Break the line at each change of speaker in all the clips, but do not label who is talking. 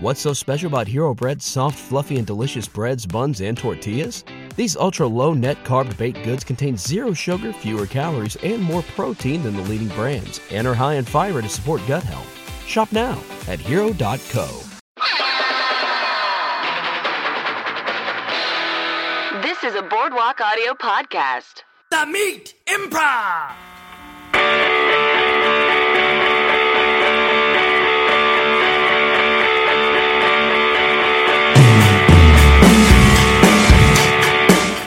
What's so special about Hero Bread's soft, fluffy, and delicious breads, buns, and tortillas? These ultra low net carb baked goods contain zero sugar, fewer calories, and more protein than the leading brands, and are high in fiber to support gut health. Shop now at hero.co.
This is a Boardwalk Audio podcast.
The Meat Improv.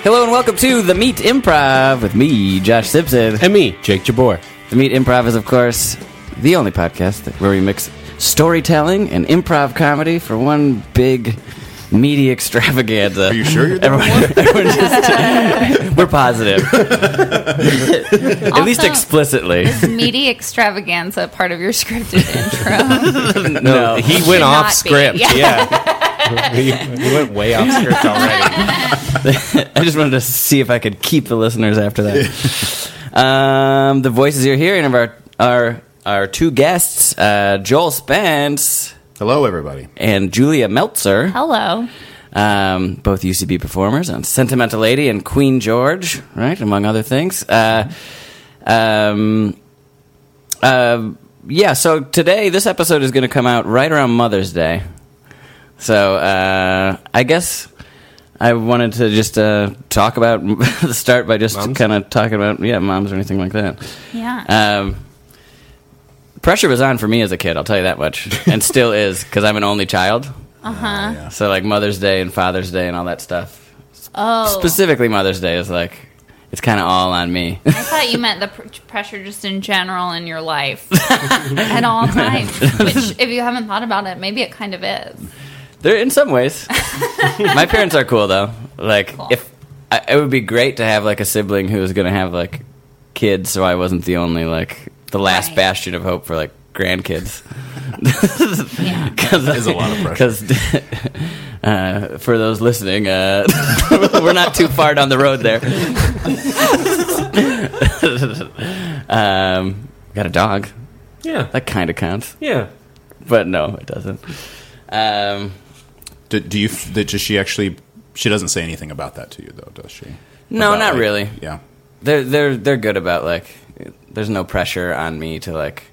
Hello and welcome to The Meat Improv with me, Josh Simpson.
And me, Jake Jabor.
The Meat Improv is, of course, the only podcast that- where we mix storytelling and improv comedy for one big meaty extravaganza. Are
you sure you're the
everyone, everyone just, We're positive. At least
Also-
explicitly.
Is meaty extravaganza part of your scripted intro?
No,
he
Should
went
not
off
be.
script.
Yeah.
Yeah. he, he went way off script already.
I just wanted to see if I could keep the listeners after that. um, the voices you're hearing of our our our two guests, uh, Joel Spence
Hello, everybody.
and Julia Meltzer,
Hello.
um, both UCB performers on Sentimental Lady and Queen George, right, among other things. Uh, um, uh, yeah, so today, this episode is going to come out right around Mother's Day. So uh, I guess I wanted to just uh, talk about the start by just
Moms?
kind of talking about, yeah, moms or anything like that.
Yeah.
Um, pressure was on for me as a kid, I'll tell you that much, and still is, because I'm an only child. So like Mother's Day and Father's Day and all that stuff.
oh,
Specifically Mother's Day is like it's kind of all on me.
I thought you meant the pr- pressure just in general in your life at all times. Which, if you haven't thought about it, maybe it kind of is.
They're in some ways. My parents are cool though. Like
Cool.
if I, it would be great to have like a sibling who was going to have like kids so I wasn't the only like the last
Right.
bastion of hope for like grandkids.
Yeah.
Cause, that
is a lot of pressure.
uh, for those listening, uh, we're not too far down the road there. um, got a dog.
Yeah.
That kind of counts,
Yeah.
but no, it doesn't. Um,
Do, do you? f- That does she actually? She doesn't say anything about that to you, though, does she?
No,
About,
not
like-
really.
Yeah.
they're they're they're good about like. There's no pressure on me to like.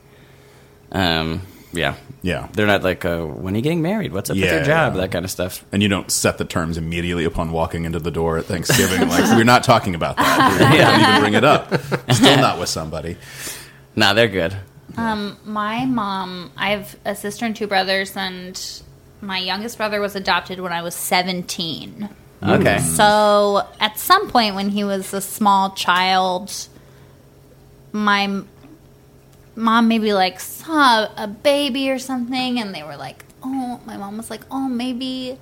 Um. Yeah.
Yeah.
They're not like, uh, when are you getting married? What's up with
Yeah,
your job?
yeah.
That kind of stuff.
And you don't set the terms immediately upon walking into the door at Thanksgiving. like we're not talking about that. We don't even bring it up. Still not with somebody.
Nah, they're good.
My mom, I have a sister and two brothers, and my youngest brother was adopted when I was 17.
Okay.
So at some point when he was a small child, my m- mom maybe like saw a baby or something, and they were like, "Oh," my mom was like, "Oh, maybe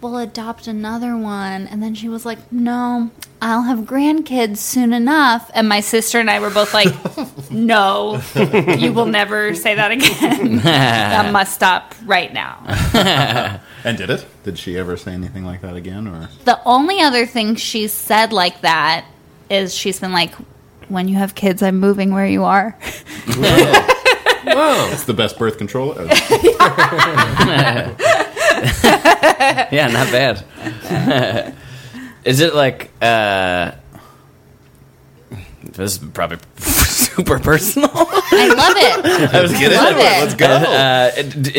we'll adopt another one." And then she was like, "No, I'll have grandkids soon enough." And my sister and I were both like, "No, you will never say that again. that must stop right now."
And did it? Did she ever say anything like that again? Or
The only other thing she's said like that is she's been like, when you have kids, I'm moving where you are.
it's the best birth control. Oh,
Yeah, not bad. is it like uh this is probably super personal.
I love it.
I was get
Love it.
go. Uh,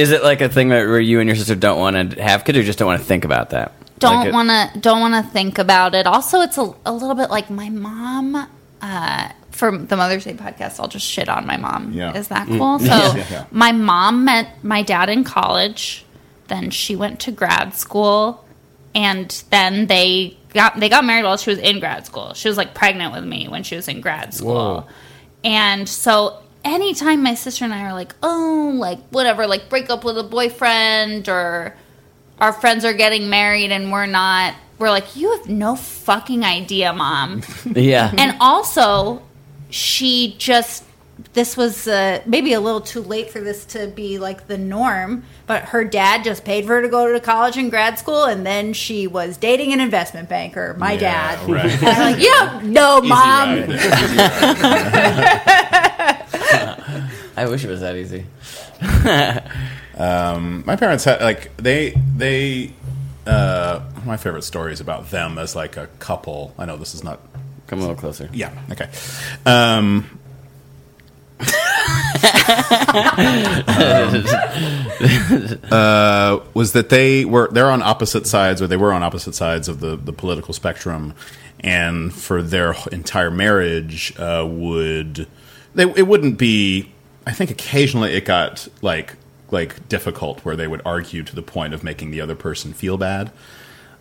is it like a thing where where you and your sister don't want to have kids or just don't want to think about that?
Don't
Like it-
want to don't want to think about it. Also, it's a, a little bit like my mom. Uh, for the Mother's Day podcast, I'll just shit on my mom.
Yeah.
Is that cool? So
Yeah, yeah.
my mom met my dad in college. Then she went to grad school, and then they got they got married while she was in grad school. She was like pregnant with me when she was in grad school. And so anytime my sister and I are like, oh, like whatever, like break up with a boyfriend or our friends are getting married and we're not, we're like, you have no fucking idea, mom.
Yeah.
and also, she just, this was uh, maybe a little too late for this to be like the norm, but her dad just paid for her to go to college and grad school, and then she was dating an investment banker, my
yeah,
dad.
Right.
And I'm like, you don't know, mom.
Easy ride there. Easy ride.
I wish it was that easy.
Um, my parents had like they they uh, one of my favorite stories about them as like a couple. I know this is not
Come a little closer.
yeah okay. Um, uh, was that they were they're on opposite sides or they were on opposite sides of the the political spectrum, and for their entire marriage uh, would they it wouldn't be. I think occasionally it got like like difficult where they would argue to the point of making the other person feel bad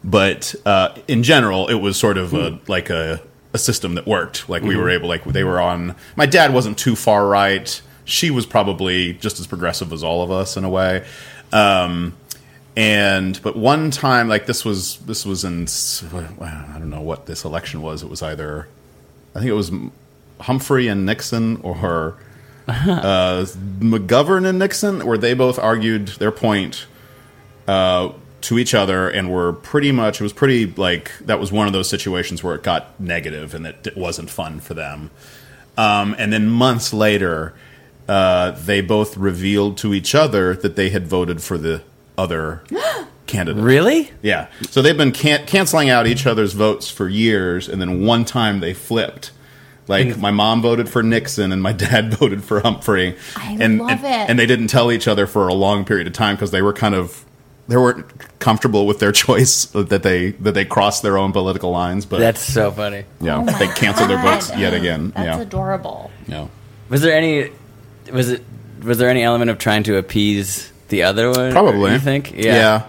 but uh, in general, it was sort of a like a, a system that worked. Like we were able, like they were on. My dad wasn't too far right. She was probably just as progressive as all of us in a way. Um, and but one time, like this was this was in s- I don't know what this election was. It was either I think it was Humphrey and Nixon or her. Uh, McGovern and Nixon, where they both argued their point uh, to each other and were pretty much it was pretty like that was one of those situations where it got negative and it, it wasn't fun for them um, and then months later uh, they both revealed to each other that they had voted for the other candidate
Really?
yeah. So they've been can- canceling out each other's votes for years, and then one time they flipped. Like my mom voted for Nixon and my dad voted for Humphrey,
I
and
love
and,
it.
and they didn't tell each other for a long period of time because they were kind of they weren't comfortable with their choice that they that they crossed their own political lines. But
That's so funny.
yeah,
Oh my
they canceled their
God.
votes yet again.
That's
yeah,
adorable.
yeah.
Was there any? Was it? Was there any element of trying to appease the other one?
probably.
You think?
yeah.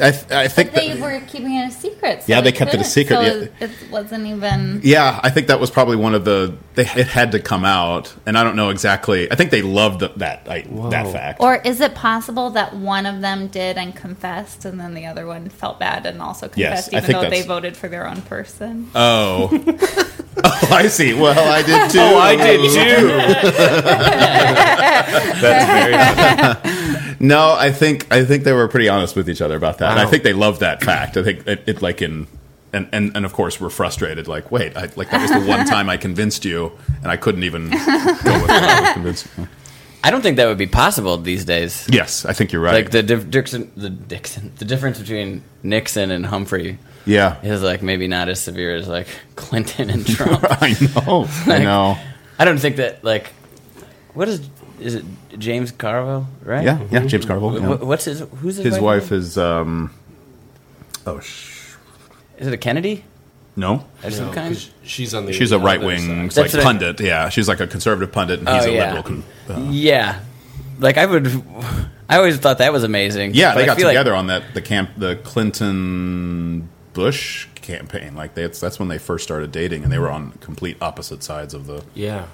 I th- I think
They
that-
were keeping it a secret. so
Yeah, they
we
kept it a
couldn't-
secret,
So
yeah.
It wasn't even.
Yeah, I think that was probably one of the they it had to come out, and I don't know exactly. I think they loved th- that I, that fact.
Or is it possible that one of them did and confessed, and then the other one felt bad and also
Yes,
confessed,
I
even
think
though they
that's-
voted for their own person?
oh. oh, I see. Well, I did too.
Oh, I did too.
No, I think I think they were pretty honest with each other about that. And I think they loved that fact. I think it, it like in and, and and of course we're frustrated. Like, wait, I, like that was the one time I convinced you, and I couldn't even go with what I was convinced.
I don't think that would be possible these days.
Yes, I think you're right.
Like the diff- Dixon, the Dixon, the difference between Nixon and Humphrey
yeah,
is like maybe not as severe as like Clinton and Trump.
I know. I
Like-
know.
I don't think that like what is is it James Carville right?
Yeah, yeah. James Carville. yeah.
Wh- What's his who's his,
His wife
name?
is um oh sh-
is it a Kennedy
no,
of some kind?
She's on the.
she's a right wing like
That's what I-
pundit. Yeah, she's like a conservative pundit, and he's
Oh,
a
yeah.
liberal. Con- uh,
Yeah, like I would. I always thought that was amazing.
yeah,
but
they
I
got
feel like-
together on that the camp the Clinton Bush campaign. Like that's that's when they first started dating, and they were on complete opposite sides of the um,
Yeah.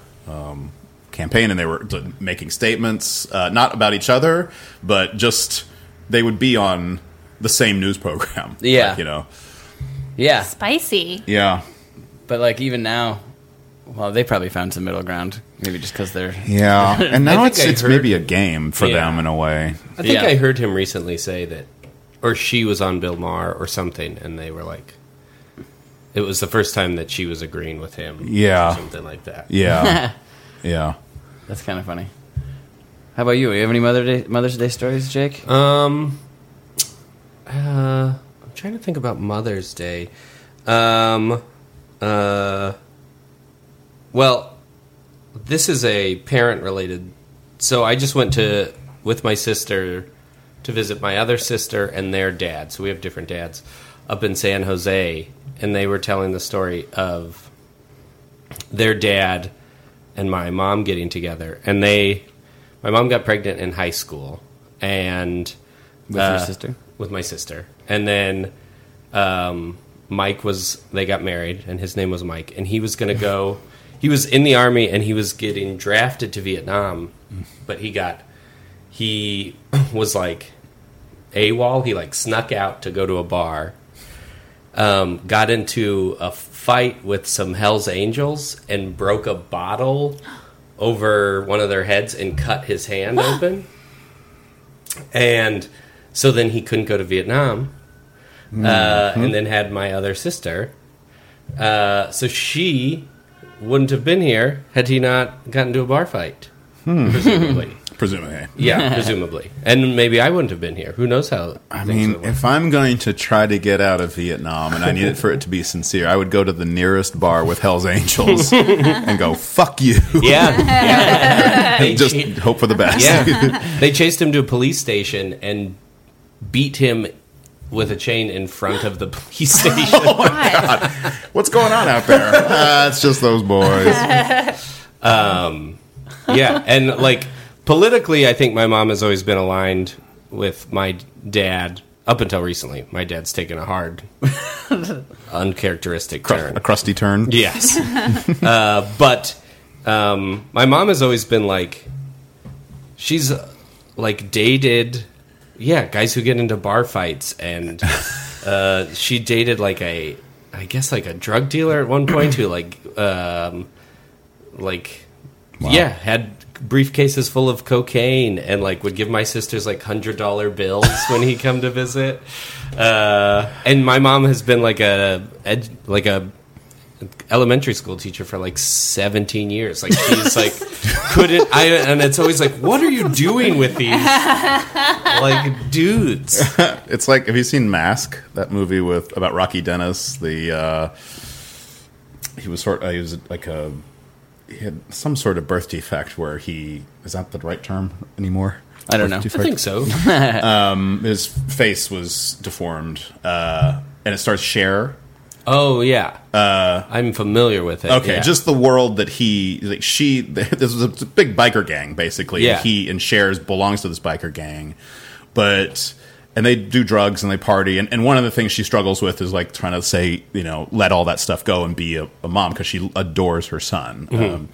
campaign, and they were d- making statements uh, not about each other, but just they would be on the same news program.
Yeah.
Like, you know.
yeah,
Spicy.
Yeah.
but like even now, well, they probably found some middle ground. Maybe just because they're
Yeah, and now
think
it's
I
it's
heard-
maybe a game for
Yeah.
them in a way.
I think
Yeah.
I heard him recently say that, or she was on Bill Maher or something, and they were like, it was the first time that she was agreeing with him.
Yeah.
Or something like that.
Yeah, yeah.
that's kind of funny. How about you? You have any Mother Day, Mother's Day stories, Jake?
Um, uh, I'm trying to think about Mother's Day. Um, uh, well, this is a parent related. So I just went to with my sister to visit my other sister and their dad. So we have different dads up in San Jose, and they were telling the story of their dad and my mom getting together, and they. My mom got pregnant in high school, and
With your sister?
with my sister, and then um, Mike was they got married, and his name was Mike, and he was going to go. He was in the army, and he was getting drafted to Vietnam, but he got he was like AWOL. He like snuck out to go to a bar, um, got into a fight with some Hell's Angels, and broke a bottle over one of their heads and cut his hand open. And so then he couldn't go to Vietnam, uh,
Mm-hmm.
and then had my other sister. Uh, so
Hmm.
she wouldn't have been here had he not gotten into a bar fight, presumably.
presumably.
Yeah, presumably. And maybe I wouldn't have been here. Who knows how?
I mean, if I'm going to try to get out of Vietnam and I need it for it to be sincere, I would go to the nearest bar with Hell's Angels and go, fuck you.
yeah, yeah. They
Just
cha-
hope for the best.
yeah, they chased him to a police station and beat him with a chain in front of the police station.
God.
What's going on out there? Ah, it's just those boys.
yeah, and like politically, I think my mom has always been aligned with my dad up until recently. My dad's taken a hard, uncharacteristic turn.
A crusty turn.
Yes, uh, but um, my mom has always been like, she's uh, like dated, yeah, guys who get into bar fights, and uh, she dated like a, I guess like a drug dealer at one point who like, um, like, yeah, had briefcases full of cocaine and like would give my sisters like hundred dollar bills when he come to visit. Uh, and my mom has been like a ed, like a elementary school teacher for like 17 years like she's like couldn't i and it's always like what are you doing with these like dudes
It's like, have you seen Mask? That movie with about Rocky Dennis. The uh, he was sort. Uh, he was like a he had some sort of birth defect where he is that the right term anymore?
I don't know.
i think so
His face was deformed, uh, and it starts share.
oh yeah uh i'm familiar with it
Okay,
yeah.
just the world that he, like she, this was a big biker gang basically.
Yeah.
He and shares belongs to this biker gang, but and they do drugs and they party. And, and one of the things she struggles with is like trying to say, you know, let all that stuff go and be a, a mom because she adores her son. Um,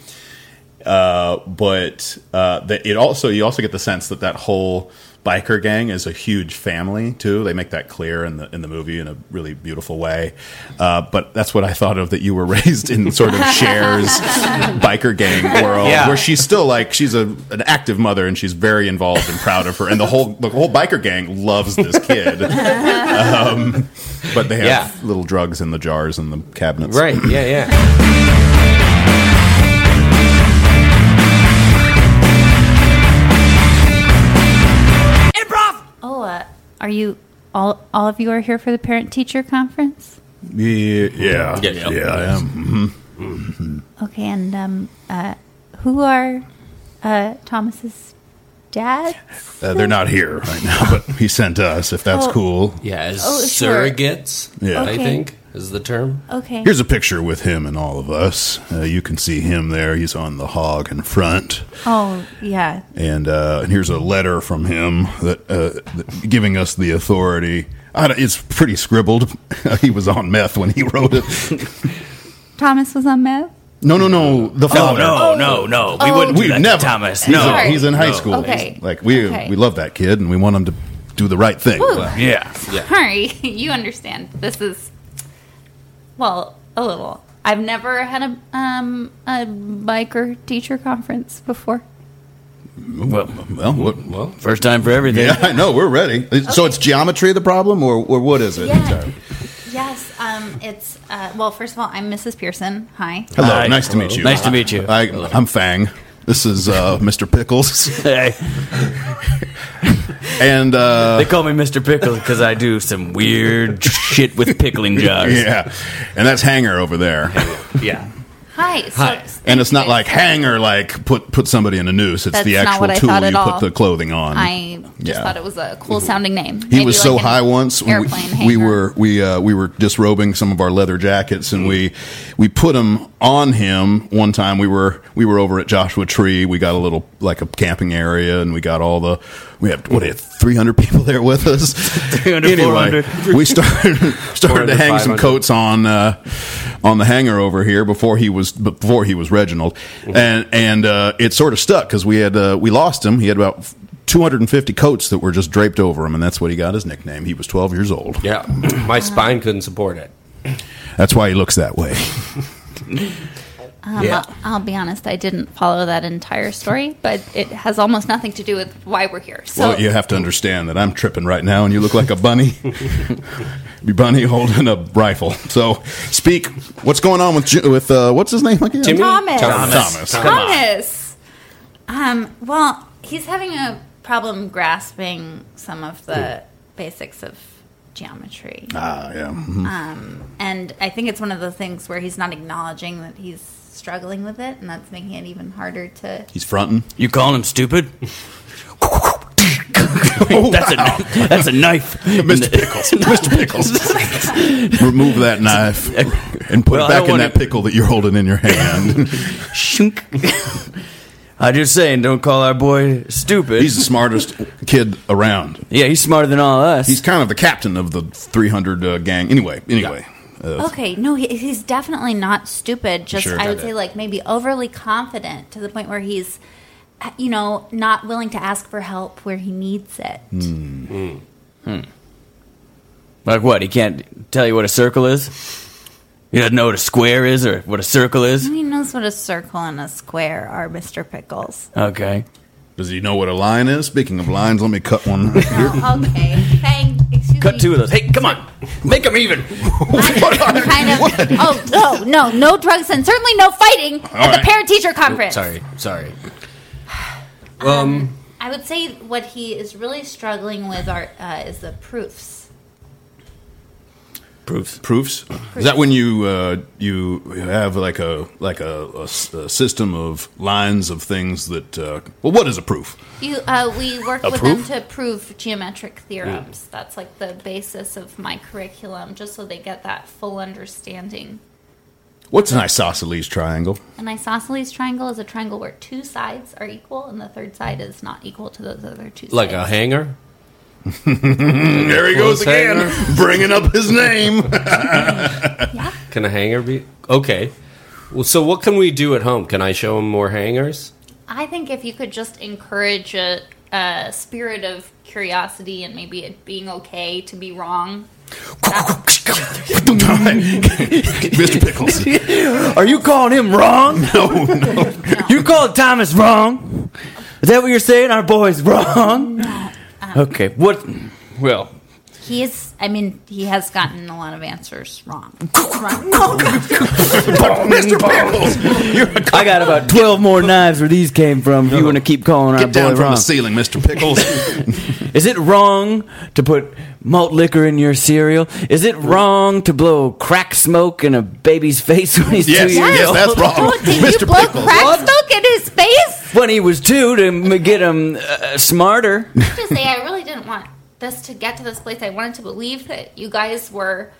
uh, but uh, that it also you also get the sense that that whole biker gang is a huge family too. They make that clear in the in the movie in a really beautiful way. Uh, but that's what I thought of that you were raised in sort of shares biker gang world
Yeah.
where she's still like she's a an active mother and she's very involved and proud of her and the whole the whole biker gang loves this kid. um, but they have
Yeah.
little drugs in the jars and the cabinets.
right yeah yeah
Improv!
Oh, uh, are you all? All of you are here for the parent teacher conference.
Yeah, yeah,
Yeah,
yeah,
yeah.
yeah I am.
Okay, and um, uh, who are uh Thomas's dad?
Uh, they're not here right now, but he sent us. If that's
Oh.
cool,
yeah as
Oh, sure.
surrogates
Yeah.
i
Okay.
think is the term
Okay.
here's a picture with him and all of us. Uh, you can see him there. He's on the hog in front,
oh yeah.
and uh, and here's a letter from him that, uh, that- giving us the authority. I don't- it's pretty scribbled. he was on meth when he wrote it.
Thomas was on meth.
No, no, no. The
Oh,
father.
no, no, no. We wouldn't do
We've
that to
never.
Thomas.
He's,
No.
in, he's in high
No.
school.
Okay.
He's Like we
Okay.
we love that kid, and we want him to do the right thing.
Yeah.
Hurry, you understand. This is well, a little. I've never had a um a biker teacher conference before.
Well,
Well, what,
well
First time for everything.
Yeah, I know. We're ready. So it's geometry the problem, or, or what is it?
Yeah.
Sorry.
Yes, um, it's uh, well. First of all, I'm Mrs. Pearson. Hi.
Hello.
Hi.
Nice to meet you.
Nice to meet you.
I, I'm Fang. This is uh, Mr. Pickles,
hey,
and uh,
they call me Mr. Pickle because I do some weird shit with pickling jars.
yeah, and that's Hanger over there.
yeah.
Hi. So,
Hi.
And it's not like hanger, like put put somebody in a noose. It's
That's
the
not
actual
what I
tool
thought
you
at all.
put the clothing on.
I just
Yeah.
thought it was a cool sounding name.
he was so high once. when
airplane
we, we
hanger.
were we uh, we were disrobing some of our leather jackets, and we we put them on him. One time we were we were over at Joshua Tree. We got a little like a camping area, and we got all the we had what three hundred people there with us.
300, 400.
we started started to
400,
hang some
500.
coats on uh, on the hanger over here before he was before he was Reginald, and and uh, it sort of stuck because we had uh, we lost him. He had about. 250 coats that were just draped over him, and that's what he got his nickname. He was 12 years old.
yeah my spine couldn't support it
That's why he looks that way.
Um, I'll, I'll be honest. I didn't follow that entire story, but it has almost nothing to do with why we're here. So
well, you have to understand that I'm tripping right now, and you look like a bunny. Be bunny holding a rifle. So, speak. What's going on with Ju- with uh, what's his name again?
Timmy?
Thomas.
Thomas.
Thomas. Um. Well, he's having a problem grasping some of the basics of geometry.
Ah, yeah. Mhm.
And I think it's one of those things where he's not acknowledging that he's struggling with it, and that's making it even harder to.
He's fronting.
You calling him stupid?
Oh,
that's, a, that's a knife.
Mr. Pickles. Mr. Pickles. Remove that knife and put
Well, I
it back
don't
in
wanna-
that pickle that you're holding in your hand.
Shunk. I just saying, don't call our boy stupid.
He's the smartest kid around.
yeah, he's smarter than all us.
He's kind of the captain of the 300 uh, gang. Anyway, anyway. Uh,
Okay, no, he, he's definitely not stupid. Just
Sure.
I would
Got
say
it.
like maybe overly confident to the point where he's, uh, you know, not willing to ask for help where he needs it.
like what? He can't tell you what a circle is. He doesn't know what a square is or what a circle is.
He knows what a circle and a square are, Mister Pickles.
Okay.
does he know what a line is? Speaking of lines, let me cut one.
Oh, okay, Hang, excuse
Cut
me.
two of those. Hey, come on, make him even.
I'm kind of. Oh no, no, no drugs and certainly no fighting at the
right.
parent-teacher conference.
Sorry, sorry. Um,
I would say what he is really struggling with are uh, is the proofs.
Proofs.
Proofs. Is that when you uh, you have like a like a, a s- a system of lines of things that? Uh, well, what is a proof?
You, uh, we worked with
Approve?
them to prove geometric theorems. That's like the basis of my curriculum, just so they get that full understanding.
What's an isosceles triangle?
An isosceles triangle is a triangle where two sides are equal and the third side is not equal to those other two sides.
Like a hanger?
There he goes again, bringing up his name.
yeah.
Can a hanger be? Okay. Well, so what can we do at home? Can I show him more hangers?
I think if you could just encourage a, a spirit of curiosity and maybe it being okay to be wrong.
Mr. Pickles.
Are you calling him wrong? No, no. you called Thomas wrong. Is that what you're saying? Our boy's wrong. Okay. What? Well,
He is, I mean, he has gotten a lot of answers wrong.
Mr. Pickles.
I got about twelve more knives where these came from. If you want to keep calling our
Get down
boy
from
wrong?
the ceiling, Mr. Pickles.
Is it wrong to put malt liquor in your cereal? Is it wrong to blow crack smoke in a baby's face when he's
yes,
two years
yes,
old?
that's wrong.
Oh, did you
Mr.
blow
Pickles.
crack smoke in his face?
When he was two, to m- get him uh, smarter.
to say I really didn't want this to get to this place. I wanted to believe that you guys were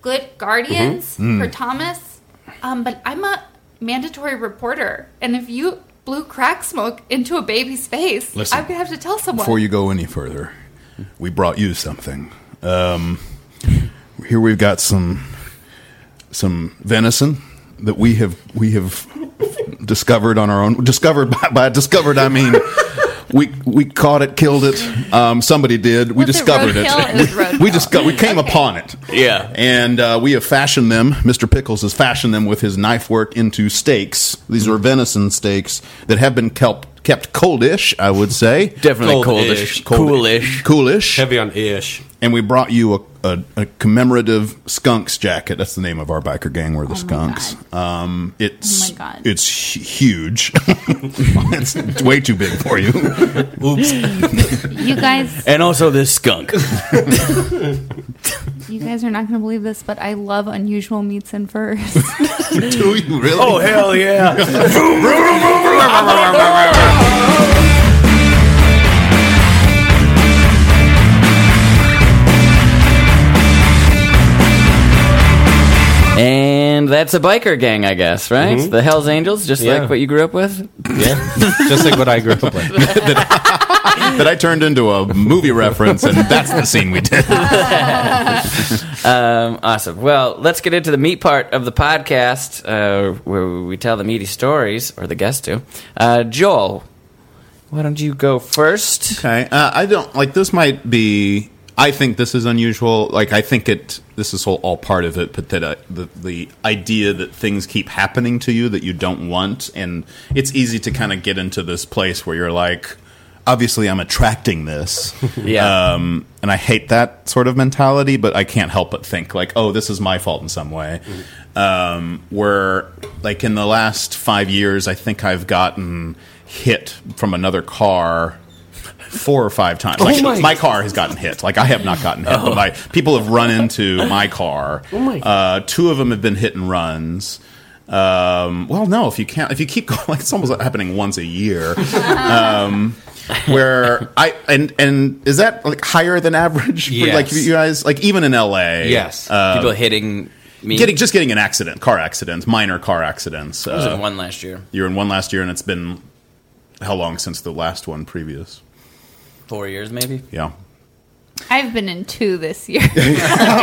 good guardians
Mm-hmm. Mm.
for Thomas. Um, but I'm a mandatory reporter, and if you blew crack smoke into a baby's face,
Listen,
I'm gonna have to tell someone.
Before you go any further, we brought you something. Um, here we've got some some venison that we have we have discovered on our own. Discovered by, by discovered, I mean we we caught it, killed it. Um, somebody did. We
Was it
discovered it.
roadkill? It was roadkill.
we discovered. We came upon it.
Yeah.
and uh, we have fashioned them. Mr. Pickles has fashioned them with his knife work into steaks. These are venison steaks that have been kept kept coldish, I would say.
Definitely
Cold-ish.
coldish, coolish.
Coolish.
Heavy on ish.
And we brought you a, a, a commemorative skunks jacket. That's the name of our biker gang. We're the skunks. Um, it's
Oh my God.
it's hu- huge. it's, it's way too big for you.
you guys,
And also this skunk.
you guys are not gonna believe this, but I love unusual meats and furs.
Do you really?
Oh hell yeah! and that's a biker gang, I guess, right? The Hell's Angels, just
Yeah.
like what you grew up with.
Yeah. Just like what I grew up with.
that I turned into a movie reference, and that's the scene we did.
Um, awesome. Well, let's get into the meat part of the podcast, uh, where we tell the meaty stories, or the guests do. Uh, Joel, why don't you go first?
Okay, uh, I don't like this. Might be. I think this is unusual. Like I think it. This is all, all part of it, but that uh, the the idea that things keep happening to you that you don't want, and it's easy to kind of get into this place where you're like, obviously I'm attracting this,
Yeah.
um, and I hate that sort of mentality, but I can't help but think like, oh, this is my fault in some way. Um, where like in the last five years, I think I've gotten hit from another car four or five times. Like my, car has gotten hit. Like I have not gotten hit, but my people have run into my car. Uh, two of them have been hit and runs. Um, well, no, if you can't, if you keep going, like it's almost happening once a year. Um, where I and and is that like higher than average? For, Like
Yes.
you guys, like even in LA,
Yes.
People hitting me.
uh, getting just getting an accident, car accidents, minor car accidents.
I was
uh,
in one last year,
you were in one last year, and it's been how long since the last one previous?
four years maybe.
Yeah.
I've been in two this year.
All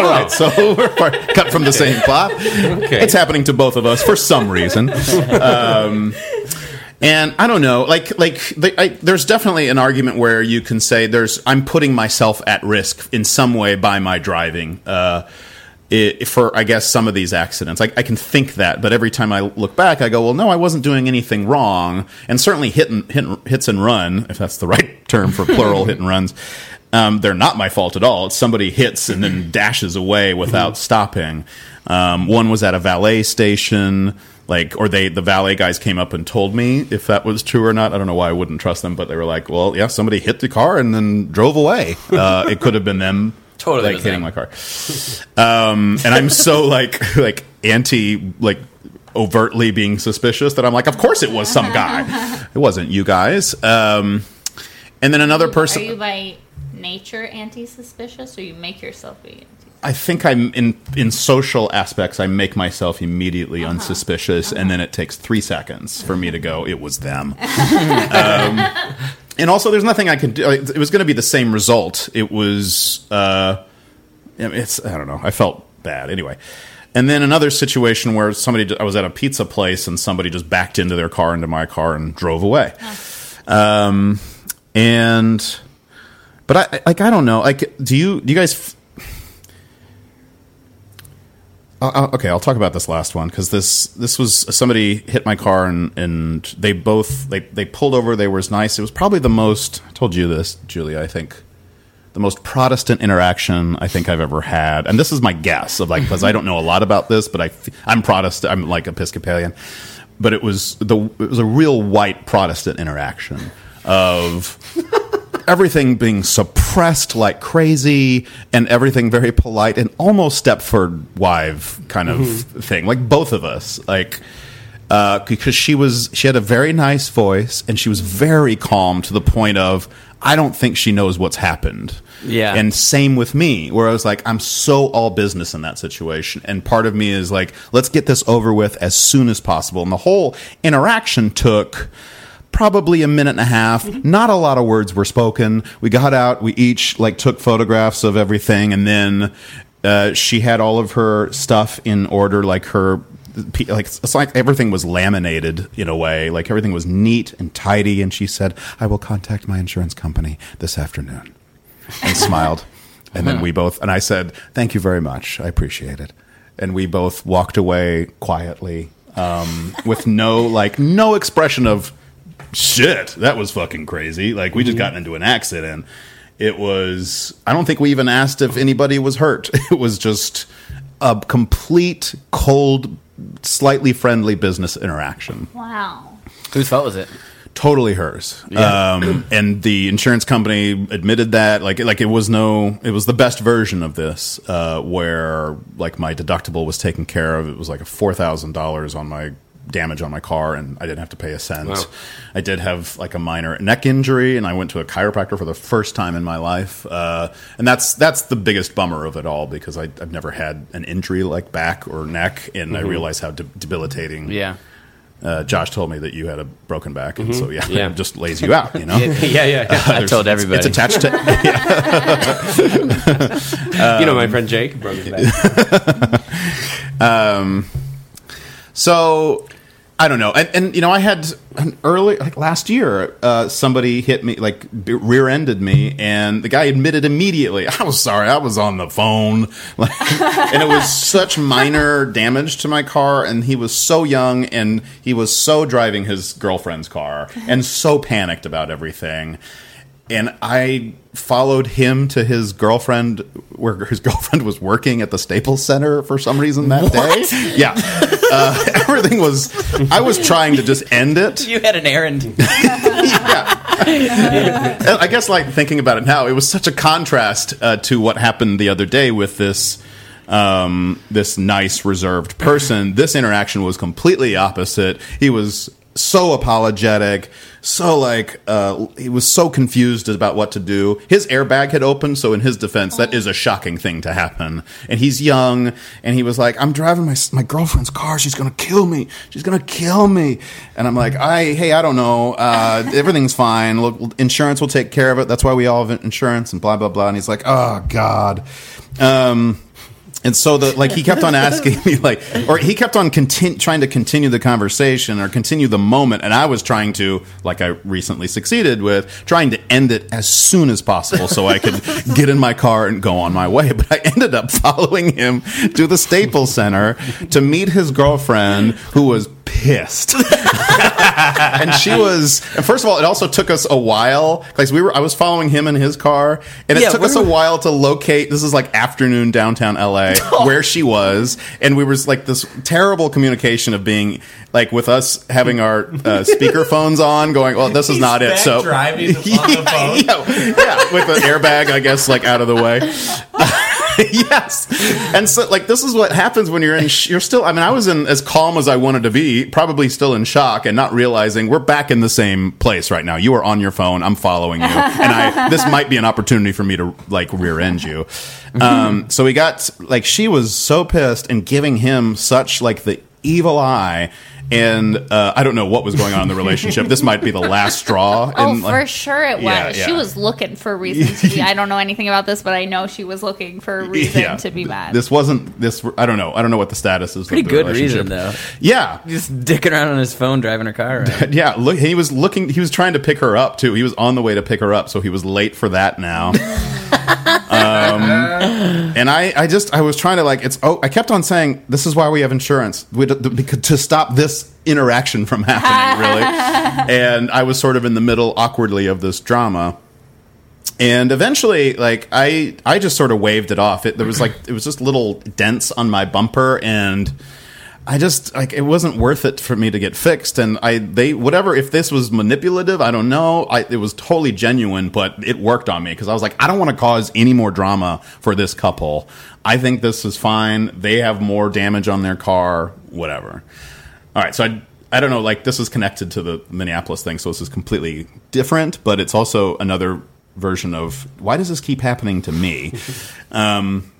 right, so we're far- cut from the same cloth. It's happening to both of us for some reason. Um, and I don't know, like, like the, I, there's definitely an argument where you can say there's I'm putting myself at risk in some way by my driving. Uh, i for I guess some of these accidents, I, I can think that, but every time I look back, I go, well, no, I wasn't doing anything wrong, and certainly hit and, hit, and- hits and run, if that's the right term for plural hit and runs, um, they're not my fault at all. It's somebody hits and then dashes away without stopping. Um, one was at a valet station, like, or they the valet guys came up and told me if that was true or not. I don't know why I wouldn't trust them, but they were like, well, yeah, somebody hit the car and then drove away. Uh, it could have been them.
Totally
like
was them.
hitting my car um, and I'm so like like anti like overtly being suspicious that I'm like, of course it was some guy. It wasn't you guys. Um, and then another person.
Are you by nature anti-suspicious, or you make yourself be? Anti-
I think I'm in in social aspects. I make myself immediately unsuspicious, and then it takes three seconds for me to go. It was them. um, and also, there's nothing I can do. Like, It was going to be the same result. It was. Uh, I mean, it's. I don't know. I felt bad anyway. And then another situation where somebody. I was at a pizza place, and somebody just backed into their car into my car and drove away. Um, and. But I like I don't know. Like, do you do you guys f- I'll, I'll- okay, I'll talk about this last one because this this was somebody hit my car and and they both they they pulled over. They were nice. It was probably the most. I told you this, Julia. I think the most Protestant interaction I think I've ever had, and this is my guess of like because I don't know a lot about this, but I f- I'm Protestant. I'm like Episcopalian, but it was the it was a real white Protestant interaction of everything being suppressed like crazy and everything very polite and almost Stepford wife kind of thing. Like both of us, like uh, because she was she had a very nice voice and she was very calm to the point of I don't think she knows what's happened.
Yeah.
and same with me where I was like I'm so all business in that situation and part of me is like let's get this over with as soon as possible and the whole interaction took probably a minute and a half. Not a lot of words were spoken. We got out. We each like took photographs of everything, and then uh, she had all of her stuff in order, like her. pe- Like it's like everything was laminated in a way, like everything was neat and tidy. And she said, "I will contact my insurance company this afternoon," and smiled. And then we both and I said, "Thank you very much. I appreciate it." And we both walked away quietly, um, with no like no expression of shit, that was fucking crazy. Like we just got into an accident. It was I don't think we even asked if anybody was hurt. It was just a complete cold slightly friendly business interaction.
wow.
Whose fault was it?
Totally hers. Um, and the insurance company admitted that like like it was no it was the best version of this uh, where like my deductible was taken care of. It was like a $4,000 on my damage on my car and I didn't have to pay a cent.
Wow.
I did have like a minor neck injury, and I went to a chiropractor for the first time in my life. Uh, and that's that's the biggest bummer of it all because I, I've never had an injury like back or neck, and I realized how de- debilitating.
Yeah.
Uh, Josh told me that you had a broken back, and so yeah,
Yeah.
it just lays you out, you know.
yeah, yeah. yeah.
Mhm. I told everybody.
It's attached to. yeah.
you know my friend Jake broke his back.
So I don't know, and, and you know, I had an early like last year, uh, somebody hit me like b- rear-ended me, and the guy admitted immediately, "I was sorry, I was on the phone," like, and it was such minor damage to my car, and he was so young, and he was so driving his girlfriend's car, and so panicked about everything. and I followed him to his girlfriend, where his girlfriend was working at the Staples Center for some reason that day. Yeah, uh, everything was. I was trying to just end it.
You had an errand.
And I guess, like thinking about it now, it was such a contrast uh, to what happened the other day with this um, this nice, reserved person. This interaction was completely opposite. He was so apologetic, so like uh, he was so confused about what to do. His airbag had opened, so in his defense, that is a shocking thing to happen. And he's young, and he was like, "I'm driving my my girlfriend's car. She's gonna kill me. She's gonna kill me." And I'm like, "I hey, I don't know. Uh, everything's fine. Look, insurance will take care of it. That's why we all have insurance." And blah blah blah. And he's like, "Oh God." Um, and so the like he kept on asking me like or he kept on contin- trying to continue the conversation or continue the moment and I was trying to like I recently succeeded with trying to end it as soon as possible so I could get in my car and go on my way but I ended up following him to the Staples Center to meet his girlfriend who was pissed and she was and first of all it also took us a while because we were i was following him in his car and it
Yeah,
took
what
us
are
a
we-
while to locate this is like afternoon downtown la where she was and we was like this terrible communication of being like with us having our uh, speaker phones on going well this is not it so
driving on the phone.
yeah, yeah, with an airbag, I guess, like out of the way. yes, and so like this is what happens when you're in. Sh- you're still. I mean, I was in as calm as I wanted to be, probably still in shock and not realizing we're back in the same place right now. You are on your phone. I'm following you, and I. This might be an opportunity for me to like rear end you. Um, so we got like she was so pissed and giving him such like the evil eye. And uh, I don't know what was going on in the relationship. This might be the last straw.
Oh,
and, like-
for sure it was.
Yeah,
She
yeah.
was looking for a reason to be. I don't know anything about this, but I know she was looking for a reason to be mad.
This wasn't this. I don't know. I don't know what the status is.
Pretty
of the
good
relationship.
reason though.
Yeah,
Just dicking around on his phone, driving her car around.
yeah. Look, he was looking. He was trying to pick her up too. He was on the way to pick her up, so he was late for that now. um, and I, I just, I was trying to like, it's. Oh, I kept on saying, "This is why we have insurance. We d- d- because- to stop this interaction from happening." Really, and I was sort of in the middle, awkwardly, of this drama. and eventually like i i just sort of waved it off it there was like it was just little dents on my bumper and i just like it wasn't worth it for me to get fixed and i they whatever if this was manipulative i don't know I, it was totally genuine but it worked on me because i was like i don't want to cause any more drama for this couple i think this is fine they have more damage on their car whatever all right, so I I don't know, like this is connected to the Minneapolis thing, so this is completely different, but it's also another version of why does this keep happening to me? um,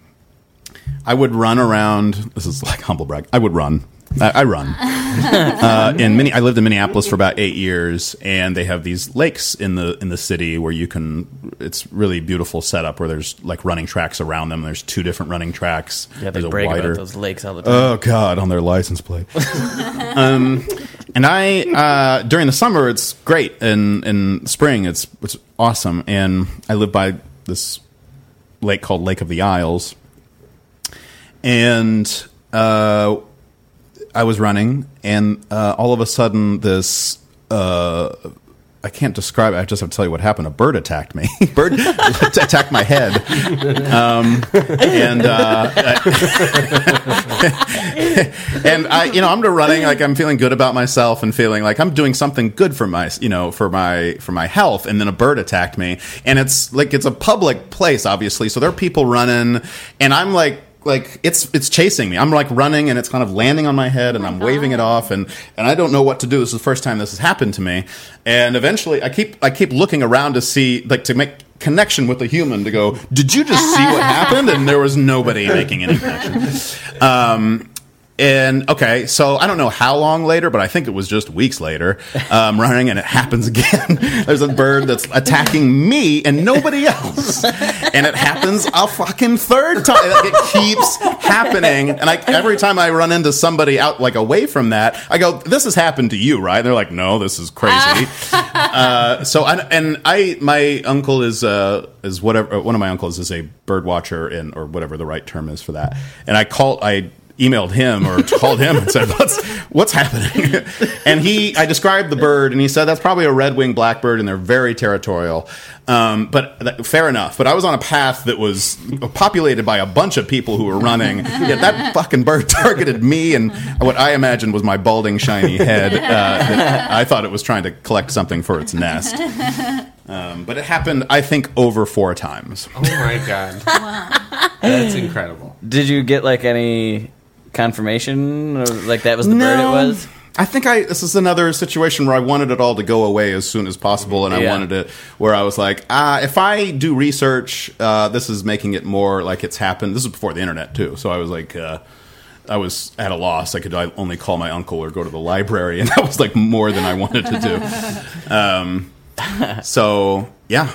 I would run around. This is like humble brag. I would run. I, I run. uh, in Minne- I lived in Minneapolis for about eight years, and they have these lakes in the in the city where you can. It's really beautiful setup where there's like running tracks around them. There's two different running tracks.
Yeah, they
there's
brag about those lakes all the time.
Oh God, on their license plate. um, and I uh, during the summer it's great, and in spring it's it's awesome. And I live by this lake called Lake of the Isles, and uh, I was running, and uh, all of a sudden this. Uh, I can't describe. I just have to tell you what happened. A bird attacked me. Bird attacked my head, um, and uh, and I, you know, I'm running like I'm feeling good about myself and feeling like I'm doing something good for my, you know, for my for my health. And then a bird attacked me, and it's like it's a public place, obviously, so there are people running, and I'm like. Like it's it's chasing me. I'm like running and it's kind of landing on my head and I'm waving it off and and I don't know what to do. This is the first time this has happened to me. And eventually I keep I keep looking around to see like to make connection with a human to go, "Did you just see what happened?" And there was nobody making any connection. Um and okay, so I don't know how long later, but I think it was just weeks later, um, running and it happens again. There's a bird that's attacking me and nobody else. And it happens a fucking third time. Like, it keeps happening. And I, every time I run into somebody out, like away from that, I go, this has happened to you, right? And they're like, no, this is crazy. uh, so, I, and I, my uncle is, uh, is whatever, one of my uncles is a bird watcher and, or whatever the right term is for that. And I call, I, emailed him or called him and said, "What's what's happening?" and he, I described the bird, and he said, "That's probably a red-winged blackbird, and they're very territorial." Um, but that, fair enough. But I was on a path that was populated by a bunch of people who were running. Yet that fucking bird targeted me and what I imagined was my balding, shiny head. Uh, that I thought it was trying to collect something for its nest. Um, but it happened, I think, over four times.
Oh my god. That's incredible.
Did you get like any confirmation? Or, like that was the bird it
No.
was?
I think I this is another situation where I wanted it all to go away as soon as possible, and I
Yeah.
wanted it where I was like, ah, if I do research, uh, this is making it more like it's happened. This is before the internet too, so I was like. Uh, I was at a loss. I could only call my uncle or go to the library, and that was like more than I wanted to do. Um, so yeah,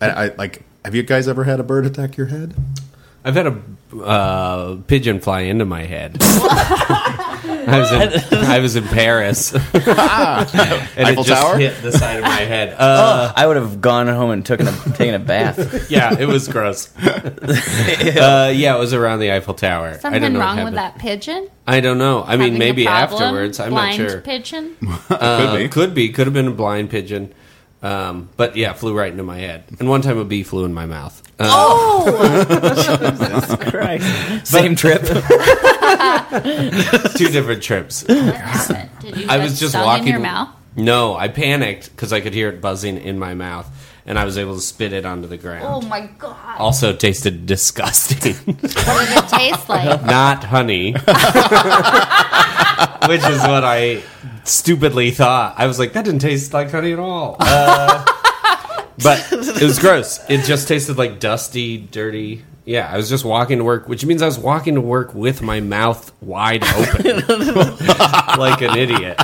I, I like. Have you guys ever had a bird attack your head?
I've had a uh, pigeon fly into my head. I was in, I was in Paris. and
Ah.
Eiffel
it just
Tower?
hit the side of my head. Uh,
I would have gone home and taken a, taken a bath.
yeah, it was gross. uh, yeah, it was around the Eiffel Tower. I don't
Something
know what
wrong with that
happened.
pigeon?
I don't know. I mean,
Having a
maybe
problem?
afterwards. I'm
Blind
not sure.
Pigeon.
Could
Uh,
be.
Could be. Could have been a blind pigeon. Um, but yeah, flew right into my head. And one time a bee flew in my mouth. Uh,
Oh,
Same trip.
Two different trips.
what happened? Did you
I
get
was just
stung
walking.
in your mouth.
No, I panicked because I could hear it buzzing in my mouth, and I was able to spit it onto the
Oh
ground.
my god!
also tasted disgusting.
What did it taste like?
Not honey. Which is what I stupidly thought. I was like, that didn't taste like honey at all. Uh, but it was gross. It just tasted like dusty, dirty. Yeah, I was just walking to work, which means I was walking to work with my mouth wide open, like an idiot.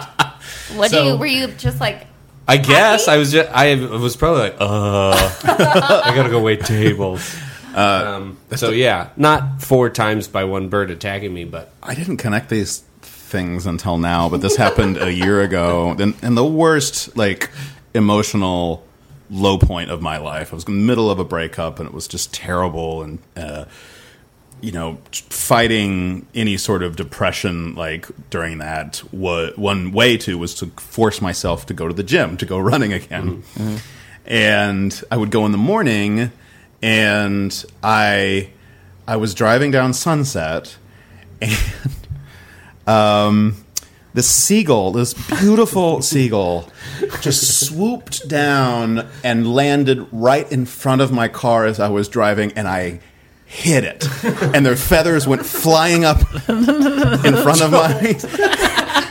What do
So-
you? Were you just like?
I guess I was just I was probably like, uh, I gotta go wait
Uh,
tables. um, so yeah, not four times by one bird attacking me, but
I didn't connect these things until now, but this happened a year ago. And, and the worst, like, emotional low point of my life. I was in the middle of a breakup, and it was just terrible. And, uh, you know, fighting any sort of depression, like, during that, wa one way to was to force myself to go to the gym, to go running again and I would go in the morning, and I I was driving down Sunset, and um, this seagull, this beautiful seagull, just swooped down and landed right in front of my car as I was driving, and I hit it, and their feathers went flying up in front of my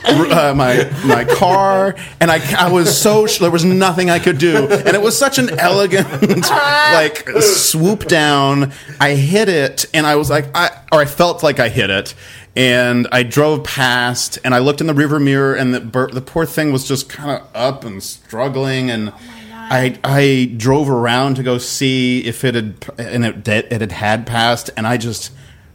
uh, my my car, and I I was so sh- there was nothing I could do, and it was such an elegant like swoop down. I hit it, and I was like I or I felt like I hit it. And I drove past, and I looked in the rearview mirror, and the bir- the poor thing was just kind of up and struggling, and I I drove around to go see if it had, and it did- it had had passed, and I just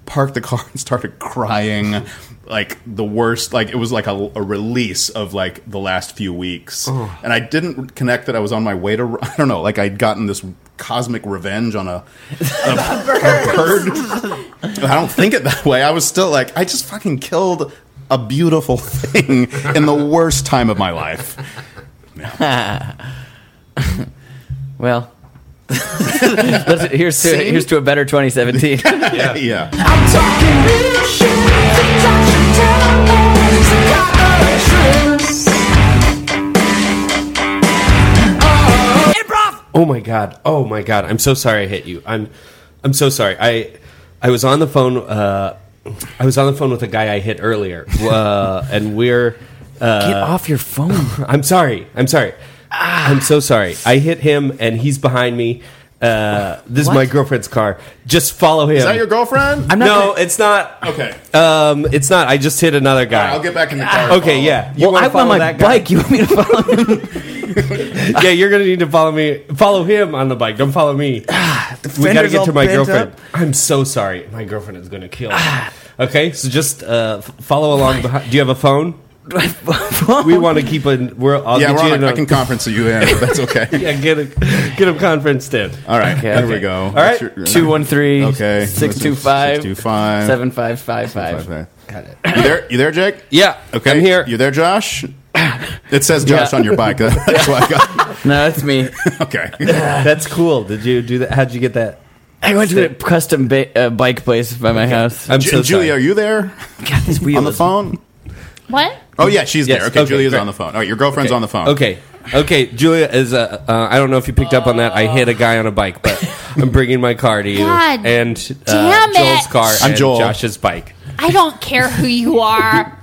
parked the car and started crying like the worst like it was like a, a release of like the last few weeks
Oh.
and i didn't connect that i was on my way to i don't know like i'd gotten this cosmic revenge on a, a, a bird i don't think it that way i was still like i just fucking killed a beautiful thing in the worst time of my life
Well, let's- here's to
See?
here's to a better 2017.
yeah yeah
I'm talking real shit. Think I should tell lies. Got no interest.
Improv!
Oh my god. Oh my god. I'm so sorry I hit you. I'm I'm so sorry. I I was on the phone uh I was on the phone with a guy I hit earlier. Uh and we're
Get off your phone.
I'm sorry. I'm sorry. I'm so sorry. I hit him and he's behind me. Uh this is my girlfriend's car. Just follow him.
is that your girlfriend
I'm not
no,
gonna-
it's not.
okay
Um it's not. I just hit another guy. Ah.
i'll get back in the car
Okay, yeah. You
well,
wanna
I'm on
follow
my
that guy?
bike. You want me to follow him?
Yeah, you're gonna need to follow me. Follow him on the bike. Don't follow me. we gotta
Ah, fender's
get
all
to my
bent
girlfriend.
up. Ah.
I'm so sorry. My girlfriend is gonna kill me. okay, so just uh, f- follow along. Behind. Do you have a phone? we want to keep a. We're, I'll
yeah,
get
we're
you
on
in
a,
on-
I can conference you in. but That's okay.
yeah, get a, get them conferenced in.
All right, there
okay.
we go.
All right, two one three.
Okay.
six two five.
625.
seven five five five.
Got it. You there? You there, Jake?
Yeah.
Okay.
I'm here.
You there, Josh? It says Josh on your bike. That's why I got.
No, that's me.
Okay.
Ah.
That's cool. Did you do that? How'd you get that?
I went to a custom ba- uh, bike place by my house.
I'm
Ju-
so
Julie, are
sorry.
you there
God, this wheel
on the
is-
phone?
What?
Oh yeah, she's
Yes,
there. Okay,
okay,
Julia's
great.
on the phone. All right, your girlfriend's on the phone.
Okay, okay. Julia is. Uh, uh, I don't know if you picked up on that. I hit a guy on a bike, but I'm bringing my car to you
God
and uh,
damn
Joel's
it.
car
I'm
and
Joel.
Josh's bike.
I don't care who you are.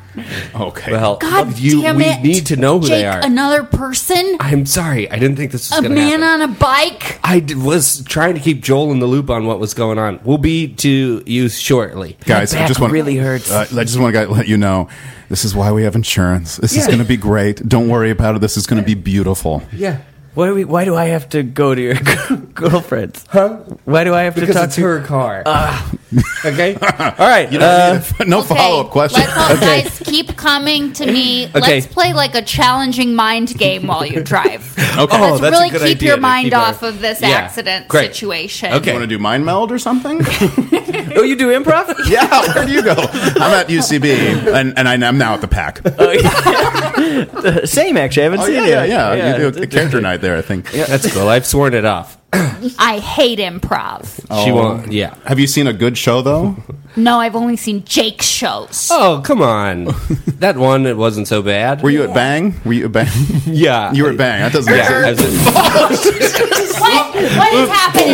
Okay.
Well,
God
you,
damn
we
it.
need to know who
Jake,
they are.
Another person?
I'm sorry. I didn't think this was
A
going to
man
happen.
on a bike?
I d- was trying to keep Joel in the loop on what was going on. We'll be to you shortly.
guys, I
back
just want
really hurts.
Uh, I just want to let you know this is why we have insurance. This is going to be great. Don't worry about it. This is going to be beautiful.
Yeah.
Why do we? Why do I have to go to your girlfriend's? Huh? Why do I have to
Because
talk
it's
to
her car. okay. Ah. All right.
You don't
uh,
need a- no follow up question.
Let's all guys keep coming to me. Let's play like a challenging mind game while you drive.
Okay.
Let's
Oh, that's a
really
good
keep
idea
your
to
mind
keep our-
off of this
Yeah.
accident
Great.
situation.
You want to do mind meld or something?
oh, you do improv?
yeah. Where do you go? I'm at UCB, and, and I- I'm now at the pack.
Oh, yeah. Same, actually. I haven't
Oh
seen
yeah,
it.
yeah, yeah. You do a character night there, I think.
That's cool. I've sworn it off.
I hate improv.
Oh.
She won't. Yeah.
Have you seen a good show though?
No, I've only seen Jake's shows.
Oh come on. that one it wasn't so bad.
Were you at Bang? Were you at Bang?
Yeah.
you were at Bang. That doesn't make
Yeah. I
sense.
was in-
What? What is happening?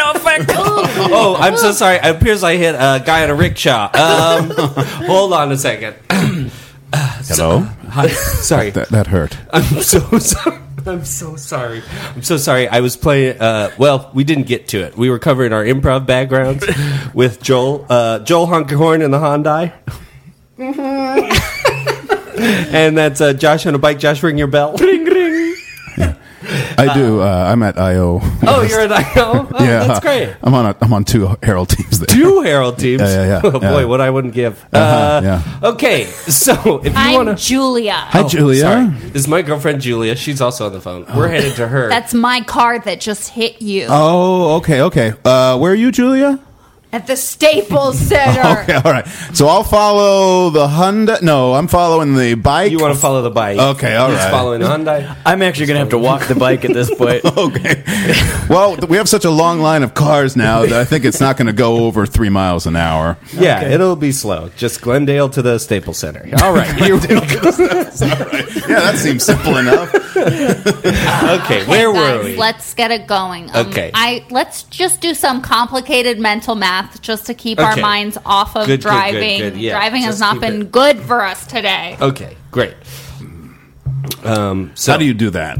Oh. Sorry.
What?
Oh, I'm so sorry. It appears I hit a guy on a rickshaw. Um, hold on a second.
Hello.
Hi. Sorry.
That, that hurt.
I'm so sorry. I'm so sorry. I'm so sorry. I was playing. Uh, well, we didn't get to it. We were covering our improv backgrounds with Joel, uh, Joel Hunkerhorn in the Hyundai, and that's uh, Josh on a bike. Josh, ring your bell. Ring ring.
I do. Uh, I'm at IO.
Uh-huh. Oh, you're an IO. Oh,
yeah,
that's great.
I'm on. A, I'm on two Herald teams. There.
Two Herald teams.
Yeah, yeah, yeah,
oh boy,
yeah.
what I wouldn't give. uh
Uh-huh, yeah.
Okay, so if you
I'm
want to.
Julia.
Hi, Julia.
Oh, Sorry. This is my girlfriend Julia. She's also on the phone. We're headed to her.
That's my car that just hit you
Oh, okay, okay. Uh, where are you, Julia?
at the Staples Center.
Okay, all right. So I'll follow the Honda. No, I'm following the bike.
you want to follow the bike?
Okay, all
He's
right.
following Hyundai.
I'm actually going to have to walk the bike at this point.
Okay. well, th- we have such a long line of cars now that I think it's not going to go over three miles an hour.
Yeah, it'll be slow. Just Glendale to the Staples Center. All right. here we go.
Yeah, that seems simple enough.
okay, where were
Guys,
we?
Let's get it going. Um,
Okay.
I let's just do some complicated mental math just to keep our
Okay.
minds off of
Good, good, good,
driving.
good. Yeah,
Driving has
just
not
keep
been
it- Uh,
good for us today.
Okay, great. Um, so
How do you do that?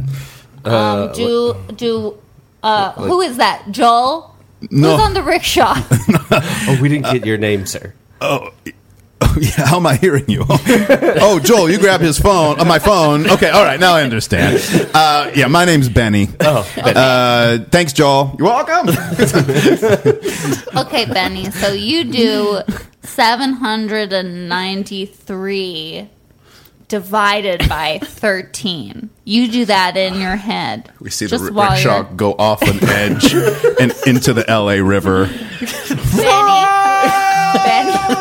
um, do do uh, who is that? Joel?
No.
Who's on the rickshaw?
Oh, we didn't get your name, sir. Oh,
Oh, Yeah, how am I hearing you? oh, Joel, you grab his phone, uh, my phone. Okay, all right, now I understand. Uh, yeah, my name's Benny. Oh, Uh, thanks, Joel. You're welcome.
okay, Benny. So you do seven hundred and ninety-three divided by thirteen. You do that in your head.
We see
Just
the
while
r- rickshaw
you're-
go off an edge and into the L.A. River.
Benny. Benny.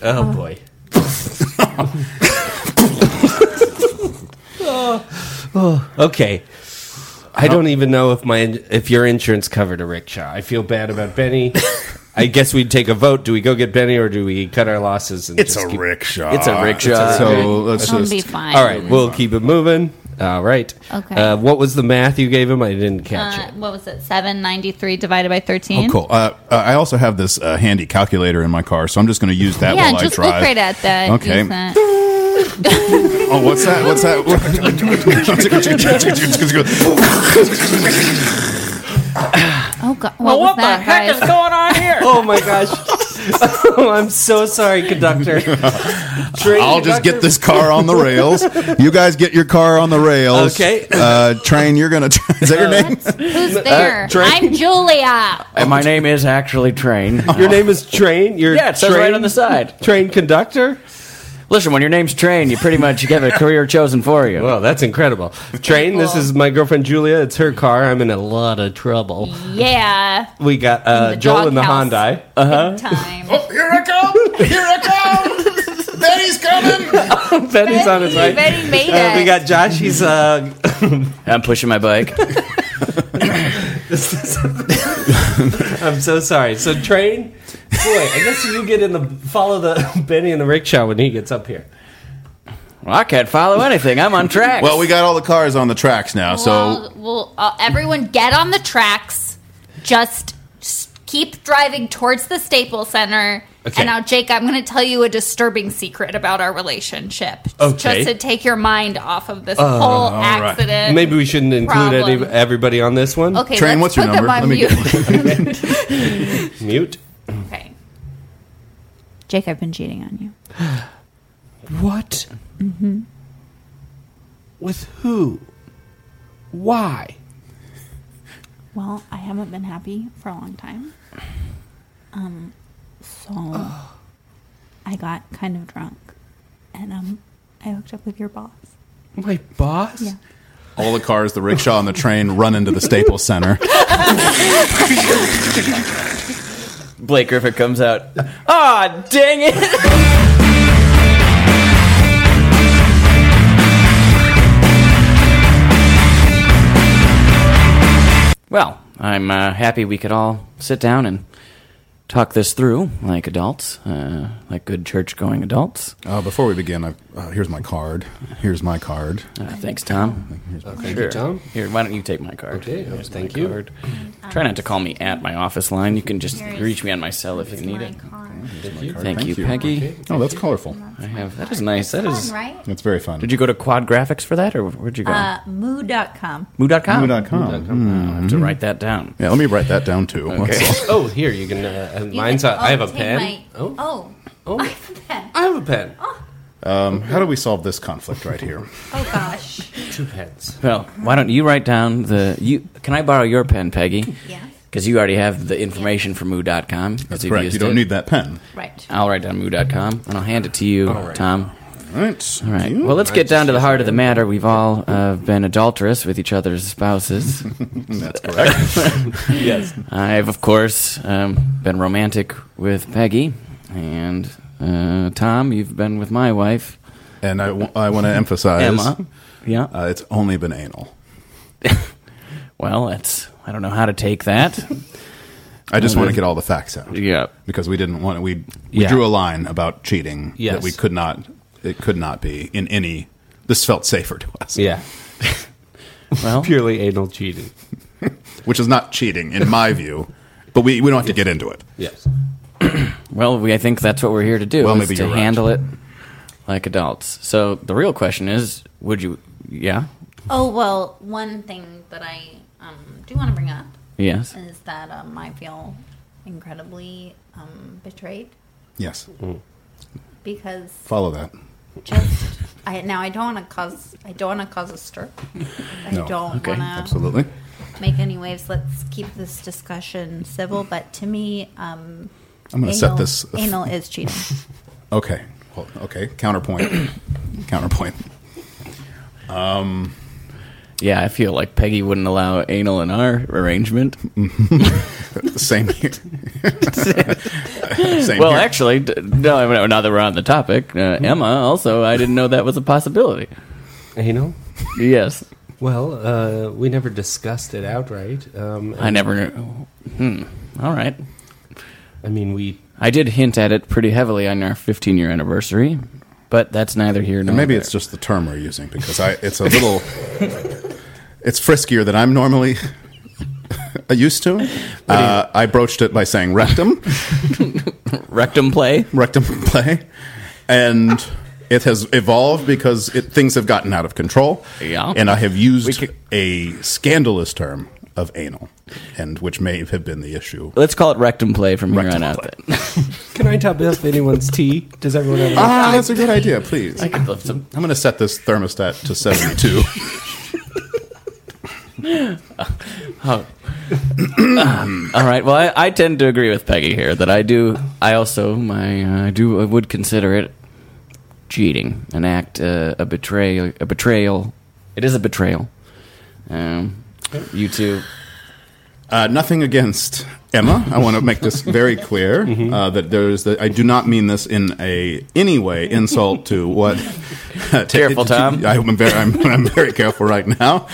Oh, boy. oh, oh, okay. I don't even know if my if your insurance covered a rickshaw. I feel bad about Benny. I guess we'd take a vote. Do we go get Benny or do we cut our losses? And just keep-
rickshaw.
It's a rickshaw.
So let's
It'll
just.
be fine.
All right, we'll keep it moving. All right.
Okay.
Uh, what was the math you gave him? I didn't catch
Uh,
it.
what was it? Seven ninety-three divided by thirteen.
Cool. Uh, uh, I also have this uh, handy calculator in my car, so I'm just going to use that
Yeah,
while
just
I
look
drive.
right at that.
Okay.
Use that.
Oh, what's that? What's that?
Oh God, what, was that, guys?
going on here?
Oh my gosh. oh, I'm so sorry, conductor. Train
I'll just
conductor.
get this car on the rails. You guys get your car on the rails.
Okay.
Uh, train, you're gonna. Tra- is that your name?
Who's there?
Drake.
I'm Julia.
And my name is actually Train.
Your name is Train. You're
yeah, it says
train,
right on the side.
Train conductor.
Listen, when your name's Train, you pretty much get a career chosen for you.
Well, that's incredible. Train. This
Cool.
is my girlfriend Julia. It's her car. I'm in a lot of trouble.
Yeah.
We got uh,
the
Joel in the
doghouse.
Hyundai.
Big time.
Oh, Here I come! Here I come! Betty's coming!
Betty's Uh, on his
Betty,
right.
Betty made
Uh,
it.
we got Josh. He's uh,
I'm pushing my bike.
I'm so sorry. So train, boy. I guess you get in the follow the Benny in the rickshaw when he gets up here.
Well, I can't follow anything. I'm on track.
Well, we got all the cars on the tracks now, so
well, well, uh, everyone get on the tracks. Just s- keep driving towards the Staples Center.
Okay.
And now, Jake, I'm going to tell you a disturbing secret about our relationship.
Okay.
Just to take your mind off of this whole accident.
Maybe we shouldn't include any,
Problem.
everybody on this one.
Okay,
Train,
let's
what's your
put
number?
Them on
Let me
mute.
Mute.
okay. Jake, I've been cheating on you.
What?
Mm-hmm.
With who? Why?
Well, I haven't been happy for a long time. Um, so I got kind of drunk, and um, I hooked up with your boss.
My boss?
Yeah.
all the cars, the rickshaw, and the train run into the Staples Center.
Blake Griffin comes out. Ah, dang it! well, I'm uh, happy we could all sit down and talk this through like adults, uh, like good church-going adults.
Uh, before we begin, I, uh, here's my card. Here's my card.
Uh, thanks, Tom.
Thank
Sure.
you, Tom.
Here, why don't you take my card?
Okay,
Here's
thank
my
you.
card. Try not to call me at my office line. You can just
Here's-
reach me on my cell if you need it. Thank,
Thank
you,
you.
Peggy.
Oh, that's colorful.
I have. That is nice. That is.
right?
That's very fun.
Did you go to Quad Graphics for that, or where'd you go?
Uh, moo.com.
Moo.com.
Moo dot Mm-hmm. com.
I have to write that down.
Yeah, let me write that down too. What's-
Oh, here you can. Uh, mine's. a- I have a pen.
oh.
Oh,
I have a pen.
I have a pen.
Um, how do we solve this conflict right here?
Oh gosh.
Two pens.
Well, why don't you write down the you? Can I borrow your pen, Peggy?
Yeah.
Because you already have the information for Moo.com. That's
Correct. You don't need that pen.
Right.
I'll write down Moo.com and I'll hand it to you, Tom.
All right.
All right. Well, let's get down to the heart of the matter. We've all uh, been adulterous with each other's spouses.
That's correct.
I've, of course, um, been romantic with Peggy, and uh, Tom, you've been with my wife,
and I want to emphasize
Emma. Yeah.
Uh, it's only been anal.
well, that's I don't know how to take that.
I just want to get all the facts out.
yeah.
Because we didn't want we we
Yeah.
drew a line about cheating
Yes.
that we could not it could not be in any this felt safer to us.
Yeah.
Well,
Purely anal cheating.
Which is not cheating in my view. But we, we don't have to get into it.
Yes.
Well, we, I think that's what we're here to do.
Well,
is
maybe
to
you're right.
handle it like adults. So the real question is, would you? Yeah.
Oh well, one thing that I um, do want to bring up
Yes.
Uh.
is that um, I feel incredibly um, betrayed
Yes.
because
Follow that.
just I now I don't want to cause I don't want to cause a stir. I
No.
don't
Okay.
want to
Absolutely.
make any waves. Let's keep this discussion civil. But to me, um,
I'm going to set this
anal is cheating.
Okay. Well, okay. Counterpoint. Counterpoint.
Yeah, I feel like Peggy wouldn't allow anal in our arrangement.
Same here. Same
Well,
here.
actually, d- no. no, Now that we're on the topic, uh,
Hmm.
Emma. Also, I didn't know that was a possibility.
Anal.
Yes.
Well, uh, we never discussed it outright. Um,
I never knew. Hmm. All right.
I mean, we.
I did hint at it pretty heavily on our 15 year anniversary, but that's neither here nor
And maybe
there.
it's just the term we're using because I it's a little it's friskier than I'm normally used to. Uh, I broached it by saying rectum,
rectum play.
rectum play, and it has evolved because it, things have gotten out of control.
Yeah.
and I have used
could-
a scandalous term. of anal, and which may have been the issue.
Let's call it rectum play from here on out. then.
Can I top if anyone's tea? Does everyone have?
Ah, that's a good idea. Please, I
could love some.
I'm going to set this thermostat to 72.
Oh. All right. Well, I, I tend to agree with Peggy here that I do. I also my uh, I do I would consider it cheating, an act, uh, a betrayal, a betrayal. It is a betrayal. Um, you two.
Uh, nothing against Emma. I want to make this very clear
Mm-hmm.
uh, that there's the, I do not mean this in a any way insult to what.
Careful, Tom.
I, am very I'm, I'm very careful right now.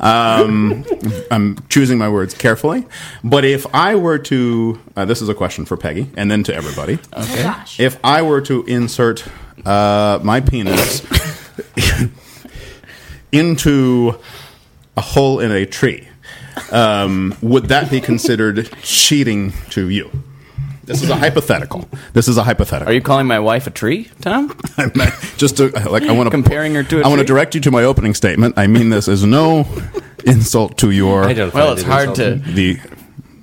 Um, I'm choosing my words carefully. But if I were to, uh, this is a question for Peggy, and then to everybody.
Oh gosh.
If I were to insert uh, my penis into a hole in a tree, um, would that be considered cheating to you? This is a hypothetical. This is a hypothetical.
Are you calling my wife a tree, Tom?
I'm not- just to, like I want to
Comparing her to a
I want to
tree?
direct you to my opening statement. I mean this as no insult to your
I don't.
Well,
find
it's
it
hard
insulting.
to
the